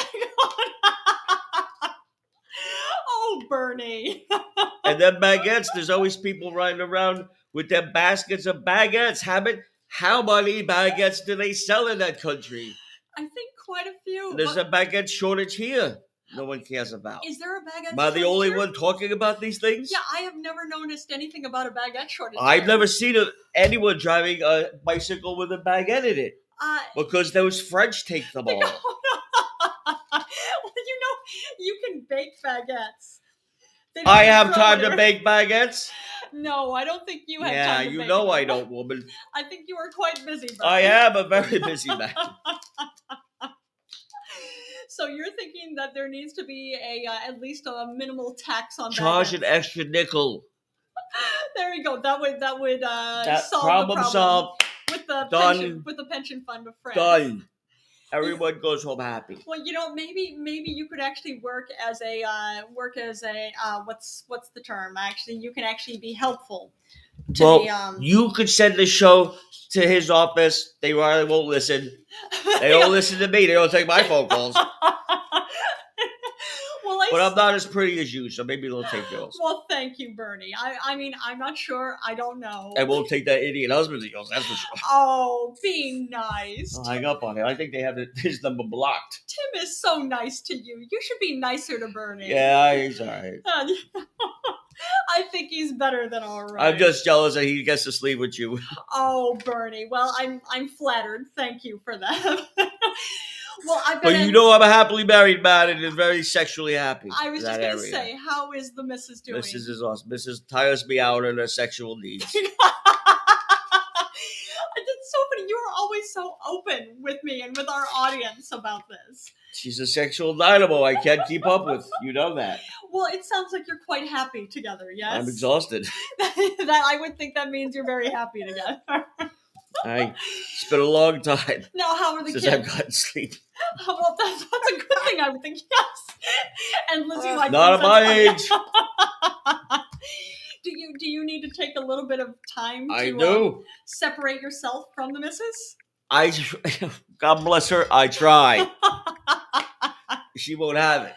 Speaker 2: <gasps> oh, Bernie. <laughs>
Speaker 1: and then baguettes. There's always people riding around with their baskets of baguettes. Habit. How many baguettes do they sell in that country?
Speaker 2: I think quite a few.
Speaker 1: There's
Speaker 2: Uh,
Speaker 1: a baguette shortage here. No one cares about.
Speaker 2: is there a baguette?
Speaker 1: Am I the
Speaker 2: shortage
Speaker 1: only
Speaker 2: here?
Speaker 1: one talking about these things?
Speaker 2: Yeah, I have never noticed anything about a baguette shortage.
Speaker 1: I've
Speaker 2: here.
Speaker 1: never seen a, anyone driving a bicycle with a baguette in it <laughs>
Speaker 2: Uh,
Speaker 1: because those French take
Speaker 2: <laughs>
Speaker 1: them all.
Speaker 2: well, you know, you can bake baguettes. They
Speaker 1: I
Speaker 2: don't
Speaker 1: have
Speaker 2: grow
Speaker 1: time to
Speaker 2: anywhere.
Speaker 1: bake baguettes.
Speaker 2: <laughs> No, I don't think you have
Speaker 1: yeah,
Speaker 2: time. to
Speaker 1: you
Speaker 2: bake
Speaker 1: know
Speaker 2: them.
Speaker 1: I don't, woman.
Speaker 2: <laughs> I think you are quite busy. Buddy.
Speaker 1: I am a very busy
Speaker 2: <laughs>
Speaker 1: man.
Speaker 2: So you're thinking that there needs to be a uh, at least a minimal tax on
Speaker 1: Charge
Speaker 2: baguettes.
Speaker 1: an extra nickel.
Speaker 2: There you go. That would that would uh,
Speaker 1: That
Speaker 2: solve the
Speaker 1: problem,
Speaker 2: problem
Speaker 1: solved.
Speaker 2: with the
Speaker 1: Done.
Speaker 2: pension with the pension fund of France.
Speaker 1: Done. Everyone goes home happy.
Speaker 2: Well, you know, maybe maybe you could actually work as a uh, work as a uh, what's what's the term? Actually, you can actually be helpful <laughs> to
Speaker 1: well,
Speaker 2: the um.
Speaker 1: you could send the show to his office. They probably won't
Speaker 2: <laughs>
Speaker 1: listen. They don't listen to me. They don't take my phone calls.
Speaker 2: well, I
Speaker 1: But I'm not as pretty as you, so maybe they'll take yours.
Speaker 2: well, thank you, Bernie. I I mean, I'm not sure. I don't know.
Speaker 1: And won't take that idiot husband of yours. That's for sure.
Speaker 2: Oh, be nice.
Speaker 1: I'll hang up on him. I think they have it- <laughs> his number blocked.
Speaker 2: Tim is so nice to you. You should be nicer to Bernie.
Speaker 1: Yeah, he's all right.
Speaker 2: <laughs> I think he's better than all right.
Speaker 1: I'm just jealous that he gets to sleep with you.
Speaker 2: Oh, Bernie. Well, I'm I'm flattered. Thank you for that. <laughs> well, I've got.
Speaker 1: But you know, I'm a happily married man and is very sexually happy.
Speaker 2: I was
Speaker 1: in
Speaker 2: just
Speaker 1: that
Speaker 2: going to
Speaker 1: area.
Speaker 2: say, how is the missus doing?
Speaker 1: Mrs. is awesome. Mrs. tires me out on her sexual needs.
Speaker 2: <laughs> I did so many. You were always so open with me and with our audience about this.
Speaker 1: She's a sexual dynamo. I can't keep up with. You know that.
Speaker 2: Well, it sounds like you're quite happy together. <laughs> Yes,
Speaker 1: I'm exhausted.
Speaker 2: <laughs> that I would think that means you're very happy together. <laughs>
Speaker 1: I. It's been a long time
Speaker 2: now, how are the
Speaker 1: since
Speaker 2: kids?
Speaker 1: I've gotten sleep.
Speaker 2: Oh, <laughs> well, that's, that's a good thing, I would think. Yes. <laughs> And Lizzie,
Speaker 3: Uh,
Speaker 2: my
Speaker 1: Not at my
Speaker 2: <laughs>
Speaker 1: age.
Speaker 2: do you do you need to take a little bit of time? To,
Speaker 1: I
Speaker 2: um,
Speaker 1: do.
Speaker 2: separate yourself from the missus.
Speaker 1: I. <laughs> God bless her. I
Speaker 2: <laughs>
Speaker 1: try. She won't have it.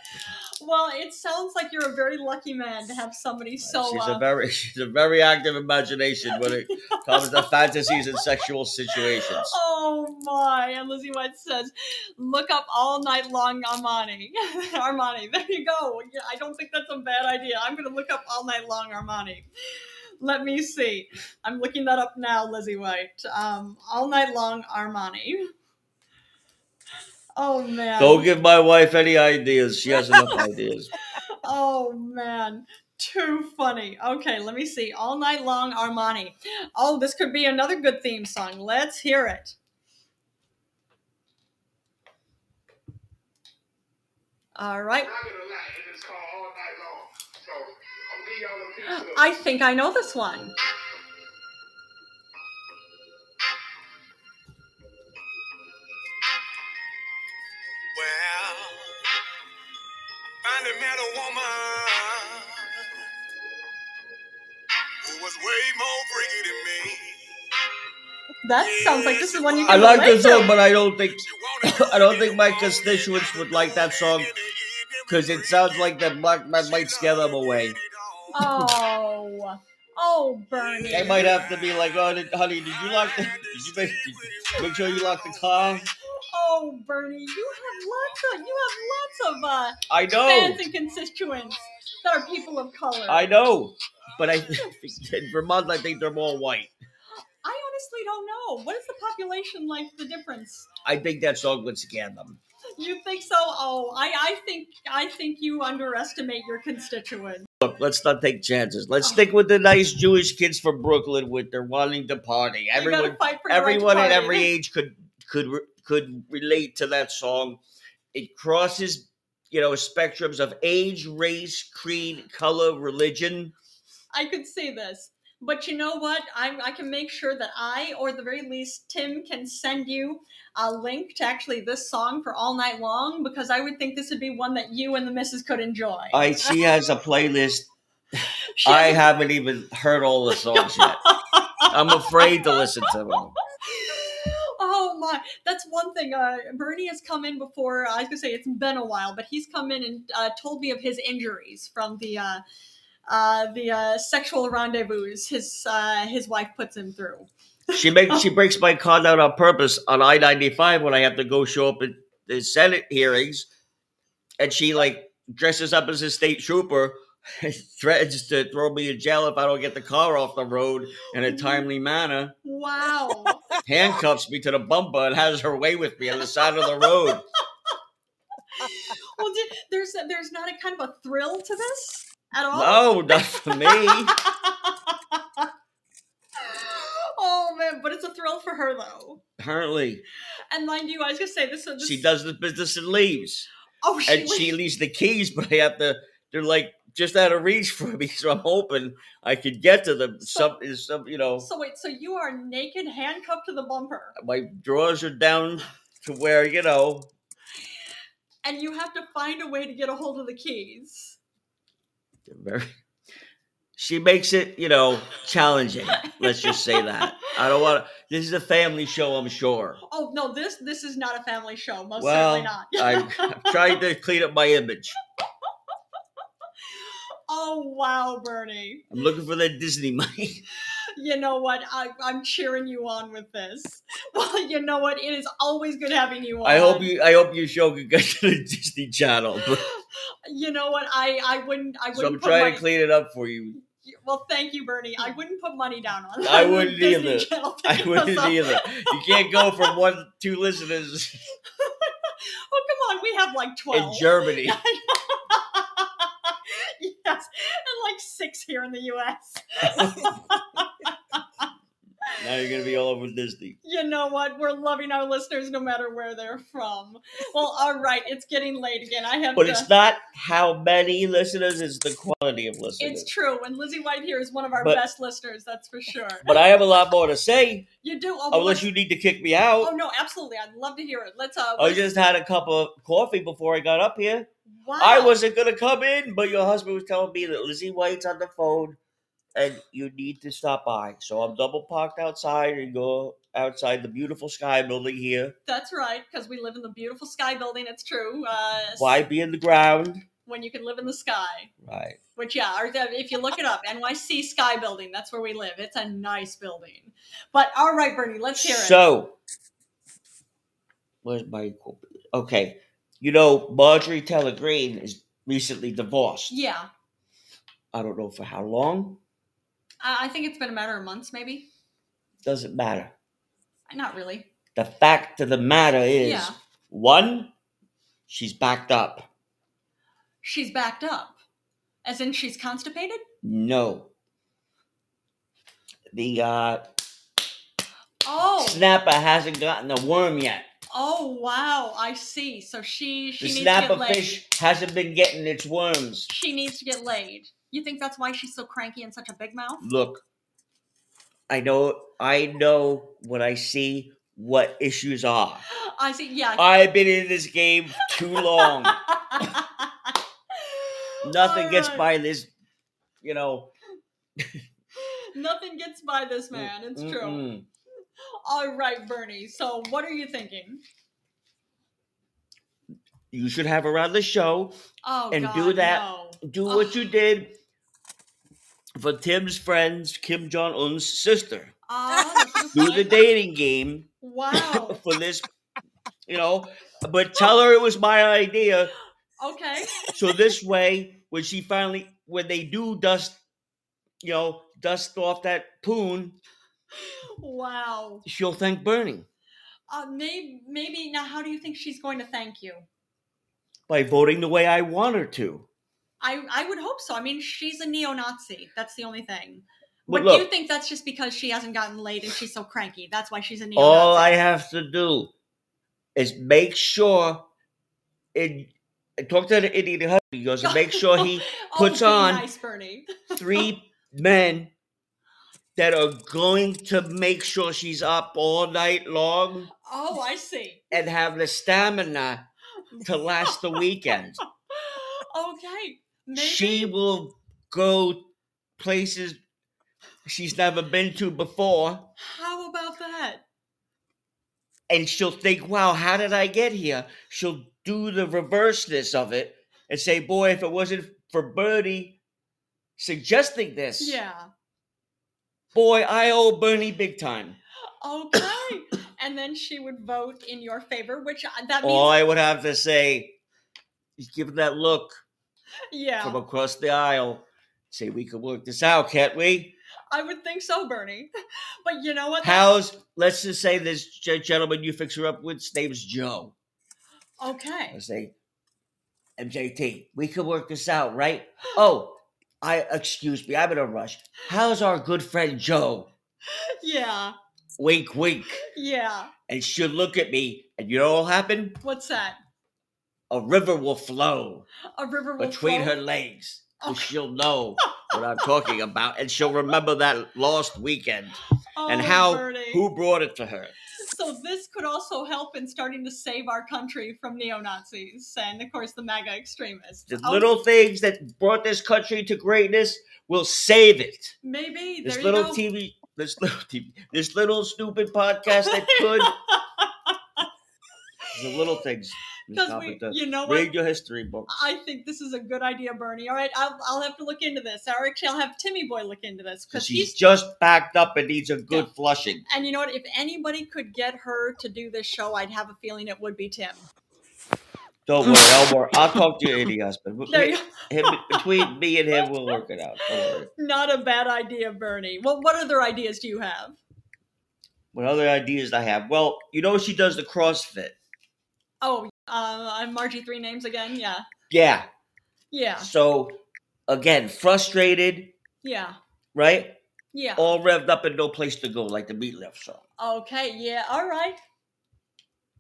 Speaker 2: Well, it sounds like you're a very lucky man to have somebody so.
Speaker 1: she's
Speaker 2: uh,
Speaker 1: a very <laughs> she's a very active imagination when
Speaker 2: <laughs>
Speaker 1: it comes to fantasies and sexual situations.
Speaker 2: Oh my! And Lizzie White says, "Look up all night long, Armani. <laughs> Armani. There you go. Yeah, I don't think that's a bad idea. I'm going to look up all night long, Armani. Let me see. I'm looking that up now, Lizzie White. Um, all night long, Armani. Oh man.
Speaker 1: Don't give my wife any ideas. She has
Speaker 2: <laughs>
Speaker 1: enough ideas.
Speaker 2: Oh man, too funny. Okay, let me see. All night long, Armani. Oh, this could be another good theme song. Let's hear it. All right.
Speaker 4: Not gonna lie, it is called all night long. So I'm gonna give y'all
Speaker 2: <gasps>
Speaker 4: a piece of
Speaker 2: I think I know this one.
Speaker 4: Well, finally met a woman who was way more freaky than me.
Speaker 2: That sounds like this is one you
Speaker 1: I
Speaker 2: can
Speaker 1: like
Speaker 2: relate
Speaker 1: this song,
Speaker 2: to.
Speaker 1: but I don't think
Speaker 4: She wanted
Speaker 1: <laughs> I don't think my constituents would like that song because it sounds like that black man might scare them away.
Speaker 2: Oh, oh, Bernie.
Speaker 1: They might have to be like, "Oh, did- honey, did you lock the? Did you make, did you make sure you lock the car?"
Speaker 2: Oh, Bernie, you have lots of you have lots of uh,
Speaker 1: I know,
Speaker 2: fans and constituents that are people of color.
Speaker 1: I know, but I in Vermont, I think they're more white.
Speaker 2: I honestly don't know. What is the population like the difference?
Speaker 1: I think that song would scare them.
Speaker 2: You think so? Oh, I, I think I think you underestimate your constituents.
Speaker 1: Look, let's not take chances. Let's stick with the nice Jewish kids from Brooklyn with their wanting to party.
Speaker 2: you
Speaker 1: Everyone,
Speaker 2: gotta fight for your right to
Speaker 1: everyone at
Speaker 2: party.
Speaker 1: every age could could re- could relate to that song. It crosses, you know, spectrums of age, race, creed, color, religion.
Speaker 2: I could see this. But you know what? I'm, I can make sure that I, or at the very least, Tim, can send you a link to actually this song for all night long because I would think this would be one that you and the missus could enjoy.
Speaker 1: I she has a playlist.
Speaker 2: She
Speaker 1: I
Speaker 2: has-
Speaker 1: haven't even heard all the songs yet. I'm afraid to listen to them.
Speaker 2: oh my that's one thing uh bernie has come in before i was gonna say it's been a while but he's come in and uh, told me of his injuries from the uh uh the uh sexual rendezvous his uh his wife puts him through
Speaker 1: She makes she breaks my car down on purpose on I ninety five when I have to go show up at the Senate hearings, and she like dresses up as a state trooper, <laughs> and threatens to throw me in jail if I don't get the car off the road in a timely manner. <laughs>
Speaker 2: wow
Speaker 1: Handcuffs me to the bumper and has her way with me on the side of the road.
Speaker 2: well did, there's there's not a kind of a thrill to this at all
Speaker 1: No, not for me.
Speaker 2: <laughs> oh man but it's a thrill for her though
Speaker 1: Apparently,
Speaker 2: and mind you i was gonna say this, this
Speaker 1: she does the business and leaves,
Speaker 2: oh <laughs> she,
Speaker 1: and she leaves the keys, but I have to. They're like just out of reach for me, <laughs> so I'm hoping I could get to them. Some, is some, you know.
Speaker 2: so wait so you are naked handcuffed to the bumper
Speaker 1: my drawers are down to where you know
Speaker 2: and you have to find a way to get a hold of the keys.
Speaker 1: they're very she makes it you know challenging let's just say that i don't want to this is a family show i'm sure
Speaker 2: Oh no, this this is not a family show. Most
Speaker 1: Well,
Speaker 2: certainly not.
Speaker 1: i'm, I'm trying to clean up my image
Speaker 2: <laughs> oh wow, Bernie.
Speaker 1: i'm looking for that disney money
Speaker 2: You know what? I, I'm cheering you on with this. <laughs> Well, you know what? It is always good having you on.
Speaker 1: i hope you i hope your show can get <laughs> to the <laughs>
Speaker 2: <laughs>
Speaker 1: disney channel but-
Speaker 2: You know what? I I wouldn't I
Speaker 1: so
Speaker 2: wouldn't
Speaker 1: i'm
Speaker 2: put
Speaker 1: trying
Speaker 2: my-
Speaker 1: to clean it up for you
Speaker 2: you. Well, thank you, Bernie. I wouldn't put money down on that. <laughs>
Speaker 1: I wouldn't
Speaker 2: Disney
Speaker 1: either.
Speaker 2: Channel
Speaker 1: <laughs> I
Speaker 2: <laughs> picking us
Speaker 1: wouldn't
Speaker 2: up.
Speaker 1: either. You can't go
Speaker 2: <laughs>
Speaker 1: from one two listeners
Speaker 2: Oh, come on. We have like 12.
Speaker 1: in Germany.
Speaker 2: <laughs> yes. And like six here in the US.
Speaker 1: Now you're gonna be all over Disney.
Speaker 2: You know what? We're loving our listeners no matter where they're from. Well, all right. It's getting late again. I have
Speaker 1: But
Speaker 2: to.
Speaker 1: it's not how many listeners; it's the quality of listeners.
Speaker 2: it's true. And Lizzie White here is one of our
Speaker 1: But-
Speaker 2: best listeners, that's for sure.
Speaker 1: <laughs> But I have a lot more to say,
Speaker 2: you do. Oh, but
Speaker 1: unless
Speaker 2: let's-
Speaker 1: you need to kick me out.
Speaker 2: Oh, no, absolutely. I'd love to hear it. Let's. Uh,
Speaker 1: I just had a cup of coffee before I got up here.
Speaker 2: wow.
Speaker 1: I wasn't gonna come in, but your husband was telling me that Lizzie White's on the phone, and you need to stop by. So I'm double parked outside and go outside the beautiful sky building here.
Speaker 2: That's right, because we live in the beautiful sky building. It's true. Uh, s-
Speaker 1: Why be in the ground?
Speaker 2: When you can live in the sky.
Speaker 1: Right.
Speaker 2: Which, yeah, or the, if you look it up, NYC Sky Building, that's where we live. It's a nice building. But all right, Bernie, let's hear it.
Speaker 1: So, where's my okay? You know, Marjorie Taylor Greene is recently divorced.
Speaker 2: yeah,
Speaker 1: I don't know for how long.
Speaker 2: I, I think it's been a matter of months, maybe.
Speaker 1: Doesn't matter.
Speaker 2: Not really.
Speaker 1: The fact of the matter is,
Speaker 2: Yeah.
Speaker 1: one, she's backed up.
Speaker 2: She's backed up, as in she's constipated.
Speaker 1: No. The uh,
Speaker 2: Oh,
Speaker 1: snapper hasn't gotten a worm yet.
Speaker 2: oh, wow, I see. So she
Speaker 1: The
Speaker 2: she needs to
Speaker 1: snapper
Speaker 2: get laid.
Speaker 1: fish hasn't been getting its worms.
Speaker 2: She needs to get laid. You think that's why she's so cranky and such a big mouth? <gasps>
Speaker 1: Look, I know, I know what I see, what issues are.
Speaker 2: I see. Yeah. <laughs>
Speaker 1: I've been in this game too long. Nothing
Speaker 2: All
Speaker 1: gets
Speaker 2: right.
Speaker 1: by this, you know.
Speaker 2: Nothing gets by
Speaker 1: Mm,
Speaker 2: this man. It's true.
Speaker 1: mm-mm.
Speaker 2: All right, Bernie. So, what are you thinking?
Speaker 1: You should have her on the show.
Speaker 2: Oh,
Speaker 1: And
Speaker 2: God,
Speaker 1: do that-
Speaker 2: no.
Speaker 1: Do
Speaker 2: Ugh.
Speaker 1: what you did for Tim's friends, Kim Jong Un's sister. <laughs>
Speaker 2: Oh, this
Speaker 1: Do
Speaker 2: is <laughs>
Speaker 1: the
Speaker 2: like-
Speaker 1: dating game
Speaker 2: Wow.
Speaker 1: <laughs> for this, you know. But tell her it was my idea.
Speaker 2: Okay.
Speaker 1: So this way, when she finally, when they do dust, you know, dust off that poon,
Speaker 2: Wow.
Speaker 1: she'll thank Bernie
Speaker 2: Uh, maybe, maybe now. How do you think she's going to thank you?
Speaker 1: by voting the way I want her to.
Speaker 2: I, I would hope so. I mean, she's a neo-Nazi. That's the only thing.
Speaker 1: But
Speaker 2: But
Speaker 1: look,
Speaker 2: do you think that's just because she hasn't gotten laid and she's so cranky? That's why she's a neo-Nazi.
Speaker 1: all
Speaker 2: <laughs>
Speaker 1: I have to do is make sure and I talk to the idiot husband. He
Speaker 2: <laughs>
Speaker 1: goes and make sure he
Speaker 2: Oh,
Speaker 1: puts
Speaker 2: be
Speaker 1: on-
Speaker 2: nice, Bernie.
Speaker 1: three men that are going to make sure she's up all night long
Speaker 2: Oh, I see.
Speaker 1: and have the stamina to last the weekend.
Speaker 2: okay. Maybe.
Speaker 1: She will go places she's never been to before
Speaker 2: How about that?
Speaker 1: and she'll think, wow, how did I get here? She'll do the reverseness of it and say, boy, if it wasn't for Bernie suggesting this,
Speaker 2: Yeah.
Speaker 1: boy, I owe Bernie big time.
Speaker 2: Okay. <coughs> and then she would vote in your favor, which I- that means
Speaker 1: All I would have to say is give her that look from
Speaker 2: yeah.
Speaker 1: across the aisle. Say, we could work this out, can't we?
Speaker 2: I would think so, Bernie. <laughs> But you know what?
Speaker 1: How's, let's just say this gen- gentleman you fix her up with, his name's Joe. I
Speaker 2: okay.
Speaker 1: say, MJT, we could work this out, right? <gasps> Oh, I, excuse me, I'm in a rush. How's our good friend Joe?
Speaker 2: Yeah.
Speaker 1: Wink, wink.
Speaker 2: Yeah.
Speaker 1: And she'll look at me, and you know what'll happen?
Speaker 2: What's that?
Speaker 1: A river will flow
Speaker 2: A river will
Speaker 1: between
Speaker 2: flow? Oh,
Speaker 1: her legs. and
Speaker 2: Okay.
Speaker 1: she'll
Speaker 2: <laughs>
Speaker 1: know what I'm talking about, and she'll remember that lost weekend and
Speaker 2: Oh,
Speaker 1: how
Speaker 2: Bernie.
Speaker 1: who brought it to her.
Speaker 2: So this could also help in starting to save our country from neo Nazis and, of course, the MAGA extremists.
Speaker 1: The
Speaker 2: Oh,
Speaker 1: little things that brought this country to greatness will save it.
Speaker 2: maybe
Speaker 1: This
Speaker 2: there you
Speaker 1: little
Speaker 2: go.
Speaker 1: TV, this <laughs> little TV, this little stupid podcast that
Speaker 2: <laughs>
Speaker 1: could. the little things. Miss
Speaker 2: Because we,
Speaker 1: Carpenter.
Speaker 2: you know what?
Speaker 1: Read your history book.
Speaker 2: I think this is a good idea, Bernie. All right, I'll, I'll have to look into this. Or actually, I'll have Timmy Boy look into this because
Speaker 1: She's
Speaker 2: he's.
Speaker 1: just backed up and needs a good flushing.
Speaker 2: And you know what? If anybody could get her to do this show, I'd have a feeling it would be Tim.
Speaker 1: Don't worry, I'll work. I'll talk to your idiot husband. But
Speaker 2: <laughs> There
Speaker 1: me-
Speaker 2: you
Speaker 1: <laughs> him- between me and him, we'll work it out. Don't worry.
Speaker 2: <laughs> Not a bad idea, Bernie. Well, what other ideas do you have?
Speaker 1: What other ideas I have? Well, you know she does the CrossFit.
Speaker 2: Oh, uh, I'm Margie three names again. Yeah,
Speaker 1: Yeah.
Speaker 2: yeah,
Speaker 1: So again, frustrated,
Speaker 2: yeah,
Speaker 1: right?
Speaker 2: yeah.
Speaker 1: All revved up and no place to go, like the meatloaf song.
Speaker 2: Okay, yeah, all right.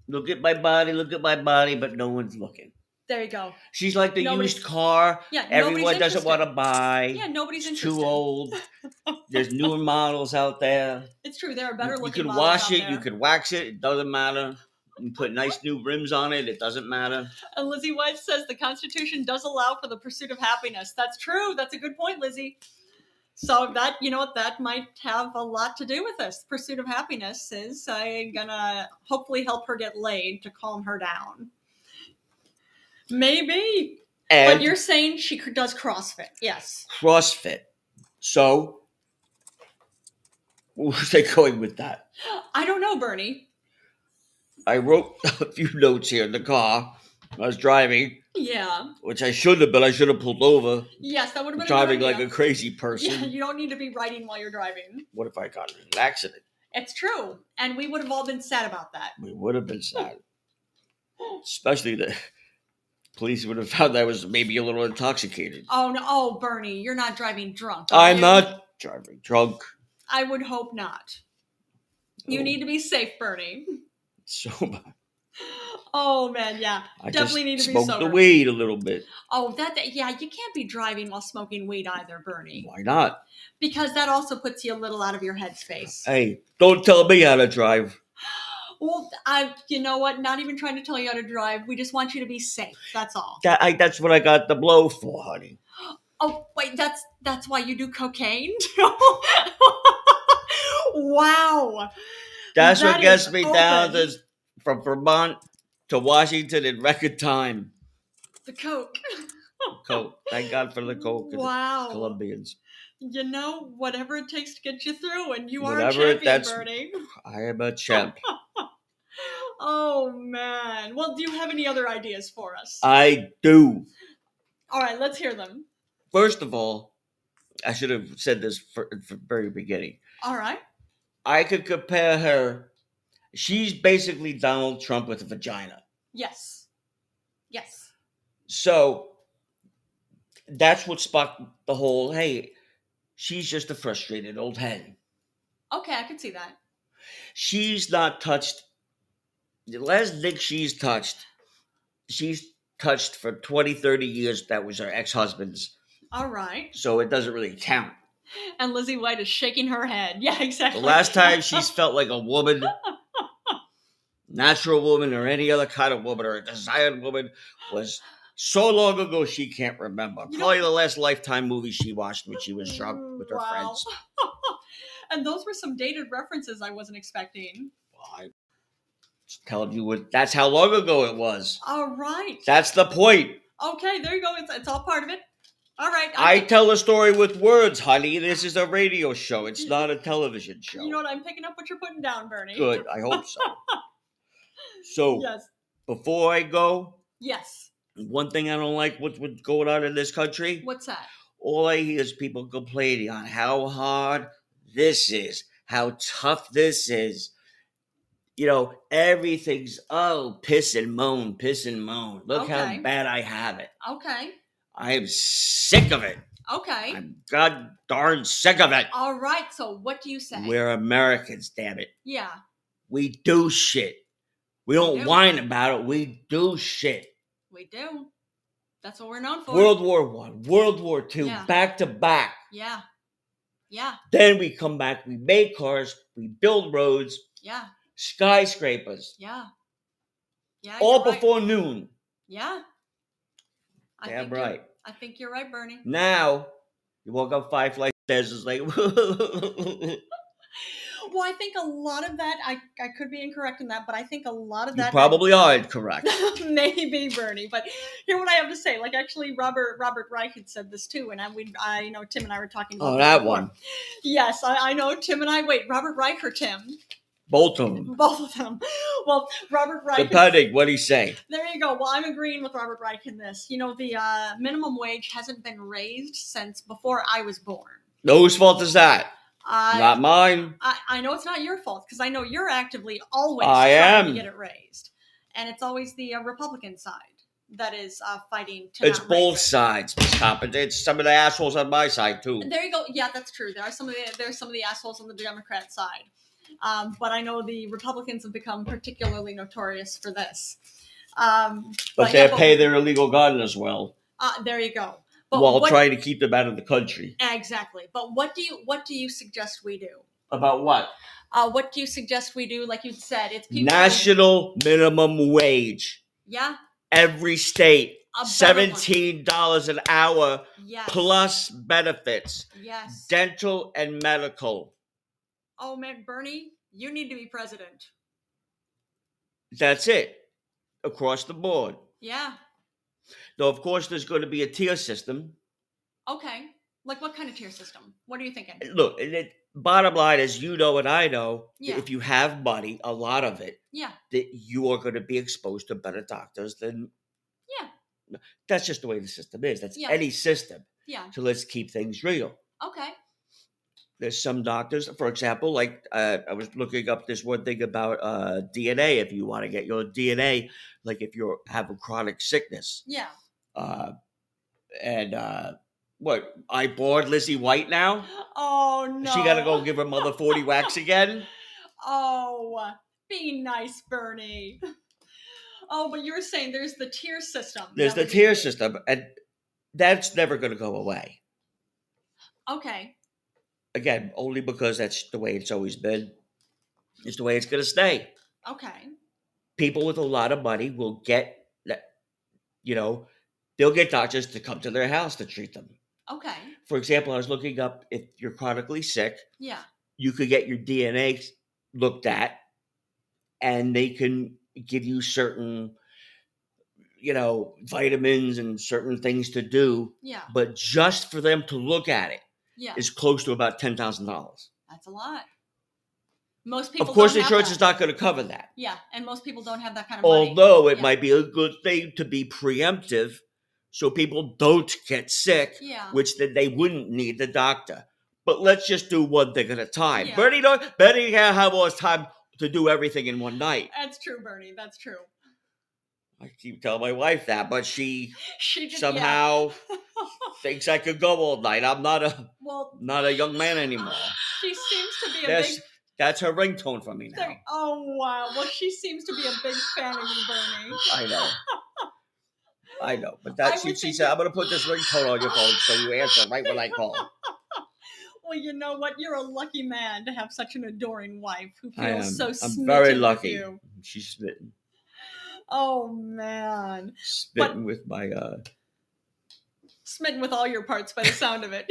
Speaker 1: Look at my body, look at my body, but no one's looking.
Speaker 2: There you go.
Speaker 1: She's like the
Speaker 2: Nobody's-
Speaker 1: used car.
Speaker 2: Yeah,
Speaker 1: Everyone
Speaker 2: nobody's
Speaker 1: doesn't
Speaker 2: interested.
Speaker 1: want to buy.
Speaker 2: Yeah, nobody's
Speaker 1: it's
Speaker 2: interested.
Speaker 1: too
Speaker 2: <laughs>
Speaker 1: old. There's newer models out there.
Speaker 2: It's true. There are
Speaker 1: You-
Speaker 2: better
Speaker 1: you
Speaker 2: looking.
Speaker 1: can
Speaker 2: models
Speaker 1: wash
Speaker 2: out
Speaker 1: it,
Speaker 2: there.
Speaker 1: you could wax it, it doesn't matter. You put nice new rims on it, it doesn't matter.
Speaker 2: And Uh, Lizzie White says the Constitution does allow for the pursuit of happiness. That's true. That's a good point, Lizzie. So that you know what that might have a lot to do with this. Pursuit of happiness is uh, gonna hopefully help her get laid to calm her down. Maybe.
Speaker 1: And
Speaker 2: but you're saying she c- does CrossFit? Yes.
Speaker 1: CrossFit. So, where's they going with that?
Speaker 2: I don't know, Bernie.
Speaker 1: I wrote <laughs> a few notes here in the car. when I was driving,
Speaker 2: Yeah.
Speaker 1: which I shouldn't have, but I should have pulled over,
Speaker 2: Yes, that would have been
Speaker 1: driving
Speaker 2: a good
Speaker 1: like
Speaker 2: <laughs> idea.
Speaker 1: a crazy
Speaker 2: Yeah,
Speaker 1: person.
Speaker 2: you don't need to be writing while you're driving.
Speaker 1: What if I got in an accident?
Speaker 2: It's true, and we would have all been sad about that.
Speaker 1: We would have been sad. Especially the police would have found I was maybe a little intoxicated.
Speaker 2: Oh no, oh Bernie, you're not driving drunk. are
Speaker 1: I'm
Speaker 2: you?
Speaker 1: not driving drunk. <laughs>
Speaker 2: I would hope not. You
Speaker 1: Oh,
Speaker 2: need to be safe, Bernie.
Speaker 1: sober.
Speaker 2: Oh man, yeah.
Speaker 1: I
Speaker 2: Definitely
Speaker 1: just
Speaker 2: need to be
Speaker 1: smoked
Speaker 2: sober.
Speaker 1: the weed a little bit.
Speaker 2: Oh, that, that yeah, you can't be driving while smoking weed either, Bernie,
Speaker 1: Why not?
Speaker 2: because that also puts you a little out of your headspace.
Speaker 1: Hey, don't tell me how to drive.
Speaker 2: Well, I you know what? Not even trying to tell you how to drive. We just want you to be safe. That's all.
Speaker 1: That, I, that's what I got the blow for, honey.
Speaker 2: Oh wait, that's that's why you do cocaine. <laughs> wow.
Speaker 1: That's
Speaker 2: That
Speaker 1: what gets
Speaker 2: is
Speaker 1: me down
Speaker 2: open.
Speaker 1: to, from Vermont to Washington in record time.
Speaker 2: The coke.
Speaker 1: Coke. Thank God for the coke and
Speaker 2: Wow.
Speaker 1: the Colombians.
Speaker 2: you know, whatever it takes to get you through, and you are a
Speaker 1: Whatever it-
Speaker 2: champion,
Speaker 1: that's-
Speaker 2: Bernie. <laughs>
Speaker 1: I am a champ.
Speaker 2: Oh man. Well, do you have any other ideas for us?
Speaker 1: I do.
Speaker 2: All right, let's hear them.
Speaker 1: First of all, I should have said this for, for very beginning.
Speaker 2: All right.
Speaker 1: I could compare her. She's basically Donald Trump with a vagina.
Speaker 2: Yes. Yes.
Speaker 1: So that's what sparked the whole hey, she's just a frustrated old hen.
Speaker 2: Okay, I can see that.
Speaker 1: She's not touched. The last thing she's touched, she's touched for 20, 30 years. That was her ex husband's.
Speaker 2: All right.
Speaker 1: So it doesn't really count.
Speaker 2: And Lizzie White is shaking her head. <laughs> Yeah,
Speaker 1: The
Speaker 2: exactly.
Speaker 1: last time she's felt like a woman, natural woman, or any other kind of woman, or a desired woman, was so long ago she can't remember.
Speaker 2: You know- Mm,
Speaker 1: Probably the last Lifetime movie she watched when she was drunk with her
Speaker 2: Wow.
Speaker 1: friends.
Speaker 2: <laughs> and those were some dated references I wasn't expecting.
Speaker 1: I just telling you what that's how long ago it was.
Speaker 2: All right.
Speaker 1: That's the point.
Speaker 2: Okay, there you go. It's, it's all part of it. All right.
Speaker 1: I
Speaker 2: I'm-
Speaker 1: tell a story with words, honey. This is a radio show. It's not a television show.
Speaker 2: you know what? I'm picking up what you're putting down, Bernie.
Speaker 1: Good. Oh. I hope so.
Speaker 2: <laughs>
Speaker 1: So
Speaker 2: Yes.
Speaker 1: before I go,
Speaker 2: Yes.
Speaker 1: one thing I don't like what's what's going on in this country.
Speaker 2: What's that?
Speaker 1: All I hear is people complaining on how hard this is, how tough this is. You know, everything's oh, piss and moan, piss and moan. Look
Speaker 2: Okay.
Speaker 1: how bad I have it.
Speaker 2: Okay.
Speaker 1: I am sick of it.
Speaker 2: Okay.
Speaker 1: I'm god darn sick of it.
Speaker 2: All right. So what do you say?
Speaker 1: We're Americans, damn it.
Speaker 2: yeah.
Speaker 1: We do shit. We
Speaker 2: We
Speaker 1: don't
Speaker 2: do.
Speaker 1: whine about it. We do shit.
Speaker 2: We do. That's what we're known for.
Speaker 1: World War One, World War Two,
Speaker 2: Yeah.
Speaker 1: back to back.
Speaker 2: Yeah. Yeah.
Speaker 1: Then we come back. We make cars. We build roads.
Speaker 2: Yeah.
Speaker 1: skyscrapers
Speaker 2: Yeah. Yeah.
Speaker 1: all
Speaker 2: you're right.
Speaker 1: before noon.
Speaker 2: Yeah.
Speaker 1: Damn
Speaker 2: think you're- <laughs>
Speaker 1: right.
Speaker 2: I think you're right, Bernie.
Speaker 1: Now you walk up five flights of stairs. It's like <laughs> you
Speaker 2: Well, I think a lot of that, I, I could be incorrect in that, but I think a lot of that.
Speaker 1: probably are incorrect.
Speaker 2: <laughs> maybe Bernie, but hear what I have to say. Like actually, Robert Robert Reich had said this too, and I we I you know Tim and I were talking about
Speaker 1: Oh,
Speaker 2: this
Speaker 1: that
Speaker 2: before.
Speaker 1: one.
Speaker 2: Yes, I, I know Tim <laughs> and I. Wait, Robert Reich or Tim?
Speaker 1: Both of them.
Speaker 2: Both of them. Well, Robert Reich.
Speaker 1: Depending, what do you say?
Speaker 2: There you go. Well, I'm agreeing with Robert Reich in this. You know, the uh, minimum wage hasn't been raised since before I was born.
Speaker 1: No, whose fault is that?
Speaker 2: I,
Speaker 1: Not mine.
Speaker 2: I, I know it's not your fault because I know you're actively always
Speaker 1: I am.
Speaker 2: trying to get it raised, and it's always the uh, Republican side that is uh, fighting to.
Speaker 1: It's
Speaker 2: not raise
Speaker 1: both
Speaker 2: it.
Speaker 1: sides, Miss Coppin. It's some of the assholes on my side too.
Speaker 2: There you go. Yeah, that's true. There are some of the there's some of the assholes on the Democrat side, um, but I know the Republicans have become particularly notorious for this. Um,
Speaker 1: But
Speaker 2: yeah,
Speaker 1: they pay their illegal gun as well,
Speaker 2: Uh, there you go. But
Speaker 1: while
Speaker 2: what,
Speaker 1: trying to keep them out of the country.
Speaker 2: exactly. But what do you what do you suggest we do?
Speaker 1: About what?
Speaker 2: Uh, what do you suggest we do? Like you said, it's people.
Speaker 1: National minimum wage.
Speaker 2: Yeah.
Speaker 1: Every state,
Speaker 2: a better one.
Speaker 1: seventeen dollars an hour
Speaker 2: Yes.
Speaker 1: plus benefits,
Speaker 2: Yes.
Speaker 1: dental and medical.
Speaker 2: oh man, Bernie, you need to be president.
Speaker 1: That's it across the board.
Speaker 2: Yeah.
Speaker 1: Though, of course, there's going to be a tier system.
Speaker 2: Okay. Like what kind of tier system? What are you thinking?
Speaker 1: Look, and it, bottom line is, you know, and I know,
Speaker 2: Yeah.
Speaker 1: if you have money, a lot of it,
Speaker 2: Yeah.
Speaker 1: that you are going to be exposed to better doctors than.
Speaker 2: Yeah.
Speaker 1: That's just the way the system is. That's
Speaker 2: Yeah.
Speaker 1: any system.
Speaker 2: Yeah.
Speaker 1: So let's keep things real.
Speaker 2: Okay.
Speaker 1: There's some doctors, for example, like uh, I was looking up this one thing about uh, DNA. If you want to get your DNA, like if you have a chronic sickness,
Speaker 2: Yeah.
Speaker 1: uh, and uh, what I bored Lizzie White now.
Speaker 2: Oh no.
Speaker 1: She got to go give her mother 40 whacks again.
Speaker 2: Oh, be nice, Bernie. Oh, but you were saying there's the tier system.
Speaker 1: There's
Speaker 2: that
Speaker 1: the
Speaker 2: we-
Speaker 1: tier system, and that's never going to go away.
Speaker 2: Okay.
Speaker 1: Again, only because that's the way it's always been. It's the way it's going to stay.
Speaker 2: Okay.
Speaker 1: People with a lot of money will get, that- you know, they'll get doctors to come to their house to treat them.
Speaker 2: Okay.
Speaker 1: For example, I was looking up if you're chronically sick,
Speaker 2: Yeah.
Speaker 1: you could get your DNA looked at, and they can give you certain, you know, vitamins and certain things to do.
Speaker 2: Yeah.
Speaker 1: But just for them to look at it
Speaker 2: Yeah.
Speaker 1: is close to about ten thousand dollars.
Speaker 2: That's a lot. Most people.
Speaker 1: Of course,
Speaker 2: don't have
Speaker 1: insurance
Speaker 2: that.
Speaker 1: is not going to cover that.
Speaker 2: Yeah, and most people don't have that kind of money.
Speaker 1: Although it
Speaker 2: Yeah.
Speaker 1: might be a good thing to be preemptive, so people don't get sick,
Speaker 2: Yeah.
Speaker 1: which then they wouldn't need the doctor. But let's just do one thing at a time.
Speaker 2: Yeah.
Speaker 1: Bernie, don't, Bernie can't have all his time to do everything in one night.
Speaker 2: That's true, Bernie. That's true.
Speaker 1: I keep telling my wife that, but she
Speaker 2: She just, yeah.
Speaker 1: somehow
Speaker 2: <laughs>
Speaker 1: thinks I could go all night. I'm not a
Speaker 2: Well,
Speaker 1: not a young man
Speaker 2: <laughs>
Speaker 1: anymore.
Speaker 2: she seems to be a
Speaker 1: That's
Speaker 2: big.
Speaker 1: that's her ringtone for me now.
Speaker 2: Oh wow! Well, she seems to be a big fan of you, Bernie.
Speaker 1: I
Speaker 2: <laughs>
Speaker 1: know. I know, but
Speaker 2: I
Speaker 1: that she,
Speaker 2: would
Speaker 1: she
Speaker 2: think
Speaker 1: said,
Speaker 2: that-
Speaker 1: "I'm gonna put this ringtone on your phone so you answer right when I call."
Speaker 2: Well, you know what? You're a lucky man to have such an adoring wife who
Speaker 1: I am.
Speaker 2: feels so.
Speaker 1: I'm very
Speaker 2: smitten with
Speaker 1: lucky.
Speaker 2: you.
Speaker 1: She's smitten,
Speaker 2: Oh man,
Speaker 1: smitten with my, uh,
Speaker 2: smitten with all your parts by the sound of it.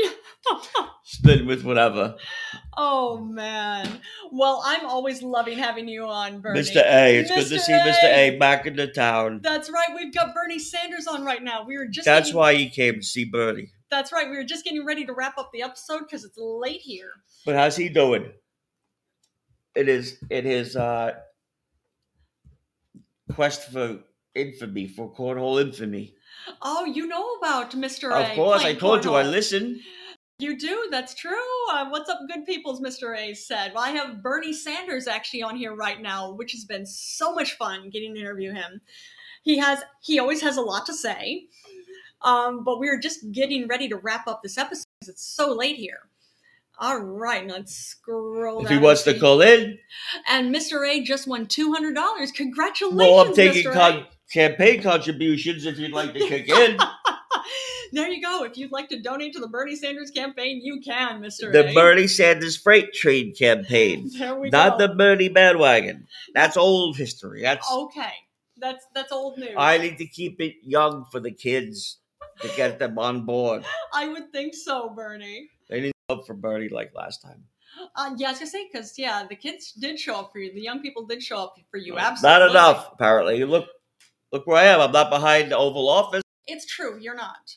Speaker 2: <laughs>
Speaker 1: smitten with whatever.
Speaker 2: oh man. Well, I'm always loving having you on, Bernie.
Speaker 1: Mr. A, it's good to
Speaker 2: Mr.
Speaker 1: see Mr. A back in the town.
Speaker 2: That's right. We've got Bernie Sanders on right now. We were just
Speaker 1: That's
Speaker 2: getting-
Speaker 1: why he came to see Bernie.
Speaker 2: That's right. We were just getting ready to wrap up the episode because it's late here.
Speaker 1: But how's he doing? It is it is uh quest for infamy for cornhole infamy.
Speaker 2: Oh, you know about Mr. A.
Speaker 1: of course, I
Speaker 2: playing
Speaker 1: told you I
Speaker 2: cornhole.
Speaker 1: listened.
Speaker 2: You do. That's true. Uh, what's up, good peoples? Mr. A said. Well, I have Bernie Sanders actually on here right now, which has been so much fun getting to interview him. He has. He always has a lot to say. Um, but we were just getting ready to wrap up this episode because it's so late here. All right, let's scroll.
Speaker 1: If
Speaker 2: down
Speaker 1: he
Speaker 2: and
Speaker 1: wants to
Speaker 2: see.
Speaker 1: call in,
Speaker 2: and Mr. A just won two hundred dollars. Congratulations,
Speaker 1: well, I'm taking
Speaker 2: Mr.
Speaker 1: con-
Speaker 2: A.
Speaker 1: campaign contributions if you'd like to kick in.
Speaker 2: There you go. If you'd like to donate to the Bernie Sanders campaign, you can, Mr.
Speaker 1: The
Speaker 2: A.
Speaker 1: Bernie Sanders freight train campaign.
Speaker 2: There we
Speaker 1: Not
Speaker 2: go. Oh,
Speaker 1: the Bernie bandwagon. That's old history. That's
Speaker 2: Okay, that's that's old news.
Speaker 1: I need to keep it young for the kids to get them on board.
Speaker 2: I would think so, Bernie.
Speaker 1: They didn't show up for Bernie like last time.
Speaker 2: Uh, yeah, I was gonna say because yeah, the kids did show up for you. The young people did show up for you.
Speaker 1: Uh,
Speaker 2: Absolutely,
Speaker 1: Not enough, apparently. You Look look where I am. I'm not behind the Oval Office.
Speaker 2: It's true. You're not.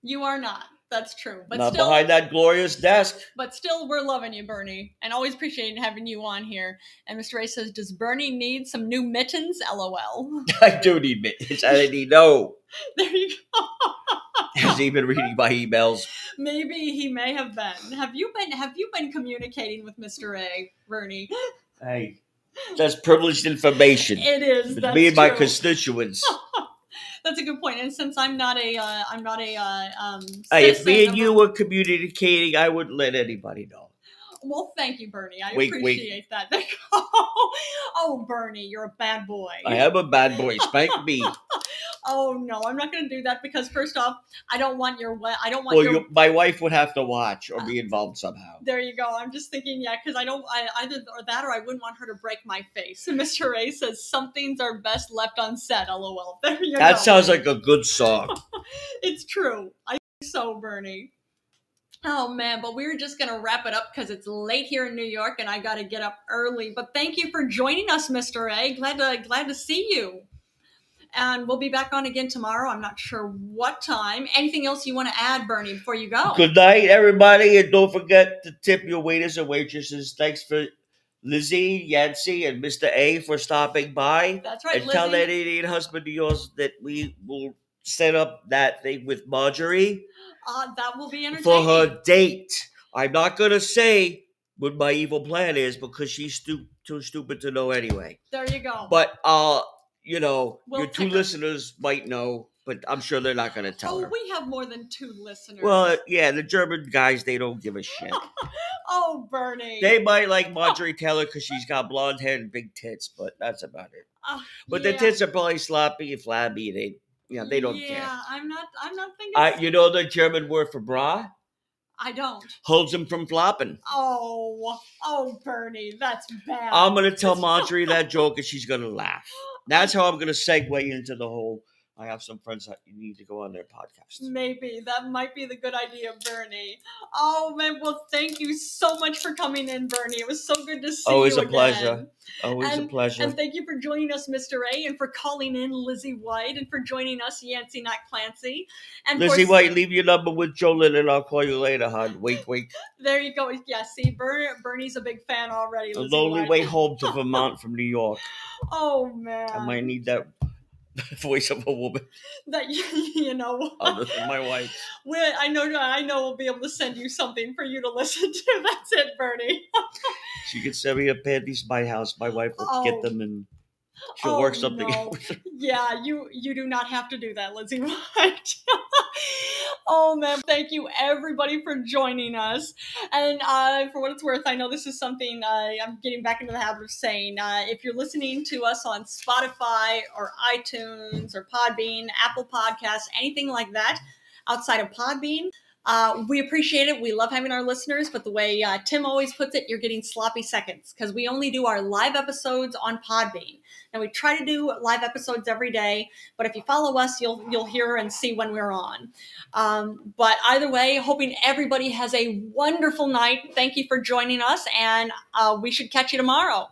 Speaker 2: You are not. That's true. But
Speaker 1: Not
Speaker 2: still,
Speaker 1: behind that glorious desk. <laughs>
Speaker 2: but still, we're loving you, Bernie, and always appreciating having you on here. And Mr. A says, "Does Bernie need some new mittens?"
Speaker 1: <laughs>
Speaker 2: LOL.
Speaker 1: I do need mittens. I didn't even know.
Speaker 2: there you go.
Speaker 1: Has he been reading my emails?
Speaker 2: Maybe he may have been. Have you been? Have you been communicating with Mr. A, Bernie?
Speaker 1: Hey, that's privileged information.
Speaker 2: It is.
Speaker 1: It's
Speaker 2: That's
Speaker 1: me and my
Speaker 2: true. <laughs>
Speaker 1: constituents.
Speaker 2: That's a good point. And since I'm not a, uh, I'm not a, uh, um,
Speaker 1: hey, if
Speaker 2: citizen
Speaker 1: me and
Speaker 2: of-
Speaker 1: you were communicating, I wouldn't let anybody know.
Speaker 2: well, thank you, Bernie. I
Speaker 1: Wink, wink.
Speaker 2: appreciate that. <laughs> oh, Bernie, you're a bad boy.
Speaker 1: I am a bad
Speaker 2: <laughs>
Speaker 1: boy. Spank me.
Speaker 2: Oh no, I'm not going to do that because first off, I don't want your, we- I don't want
Speaker 1: Well,
Speaker 2: your.
Speaker 1: you, my wife would have to watch or
Speaker 2: <laughs>
Speaker 1: be involved somehow.
Speaker 2: there you go. I'm just thinking, yeah, because I don't I, either or that, or I wouldn't want her to break my face. <laughs> And Mr. A says some things are best left unsaid. LOL. There you
Speaker 1: That
Speaker 2: go.
Speaker 1: sounds like a good
Speaker 2: <laughs>
Speaker 1: song.
Speaker 2: it's true. I think so, Bernie. Oh man, but we were just gonna wrap it up because it's late here in New York and I gotta get up early. But thank you for joining us, Mr. A. Glad to glad to see you. And we'll be back on again tomorrow. I'm not sure what time. Anything else you want to add, Bernie, before you go?
Speaker 1: Good night, everybody, and don't forget to tip your waiters and waitresses. Thanks for Lizzie, Yancy, and Mr. A for stopping by.
Speaker 2: That's right,
Speaker 1: and tell that
Speaker 2: Lizzie.
Speaker 1: Indian husband of yours that we will set up that thing with Marjorie
Speaker 2: Uh, that will be entertaining.
Speaker 1: for her date. I'm not gonna say what my evil plan is because she's stu- too stupid to know anyway.
Speaker 2: There you go.
Speaker 1: But uh, you know,
Speaker 2: We'll
Speaker 1: your two
Speaker 2: pick her.
Speaker 1: listeners might know, but I'm sure they're not gonna tell
Speaker 2: oh,
Speaker 1: her.
Speaker 2: we have more than two listeners.
Speaker 1: well, yeah, the German guys they don't give a shit.
Speaker 2: <laughs> oh, Bernie.
Speaker 1: They might like Marjorie Taylor because she's got blonde hair and big tits, but that's about it.
Speaker 2: Uh,
Speaker 1: But the
Speaker 2: yeah.
Speaker 1: tits are probably sloppy and flabby. They, you know, they don't
Speaker 2: yeah,
Speaker 1: care.
Speaker 2: I'm not. I'm not thinking.
Speaker 1: I, you know the German word for bra
Speaker 2: I don't.
Speaker 1: holds him from flopping.
Speaker 2: Oh, oh, Bernie, that's bad.
Speaker 1: I'm gonna tell Marjorie that joke and she's gonna laugh. That's how I'm gonna segue into the whole. I have some friends that you need to go on their
Speaker 2: Mm.
Speaker 1: podcast.
Speaker 2: <laughs> Maybe that might be the good idea, Bernie. Oh man, well, thank you so much for coming in, Bernie. It was so good to see
Speaker 1: Always
Speaker 2: you.
Speaker 1: Oh, a pleasure.
Speaker 2: again.
Speaker 1: Always a pleasure.
Speaker 2: And thank you for joining us, Mr. A, and for calling in Lizzie White, and for joining us, Yancy, not Clancy. And
Speaker 1: Lizzie
Speaker 2: for,
Speaker 1: White, leave your number with Jolyn and I'll call you later, hon. Wink,
Speaker 2: <laughs>
Speaker 1: wink.
Speaker 2: There you go. Yeah, see, Ber- Bernie's a big fan already.
Speaker 1: The
Speaker 2: Lizzie
Speaker 1: lonely
Speaker 2: White.
Speaker 1: way home to Vermont from New York.
Speaker 2: Oh man,
Speaker 1: I might need that <laughs> voice of a woman
Speaker 2: that <laughs> you know.
Speaker 1: other than my wife.
Speaker 2: we I know I know we'll be able to send you something for you to listen to. <laughs> That's it, Bernie.
Speaker 1: She can send me a panties to my house. My wife will
Speaker 2: Oh.
Speaker 1: get them and she'll
Speaker 2: Oh,
Speaker 1: work something
Speaker 2: no.
Speaker 1: out.
Speaker 2: Yeah, you you do not have to do that, Lizzie <laughs> White. oh man, thank you everybody for joining us. And uh, for what it's worth, I know this is something uh, I'm getting back into the habit of saying. Uh, if you're listening to us on Spotify or iTunes or Podbean, Apple Podcasts, anything like that, outside of Podbean. Uh, we appreciate it. We love having our listeners, but the way uh, Tim always puts it, you're getting sloppy seconds because we only do our live episodes on Podbean. Now we try to do live episodes every day, but if you follow us, you'll you'll hear and see when we're on. Um, but either way, hoping everybody has a wonderful night. Thank you for joining us, and uh, we should catch you tomorrow.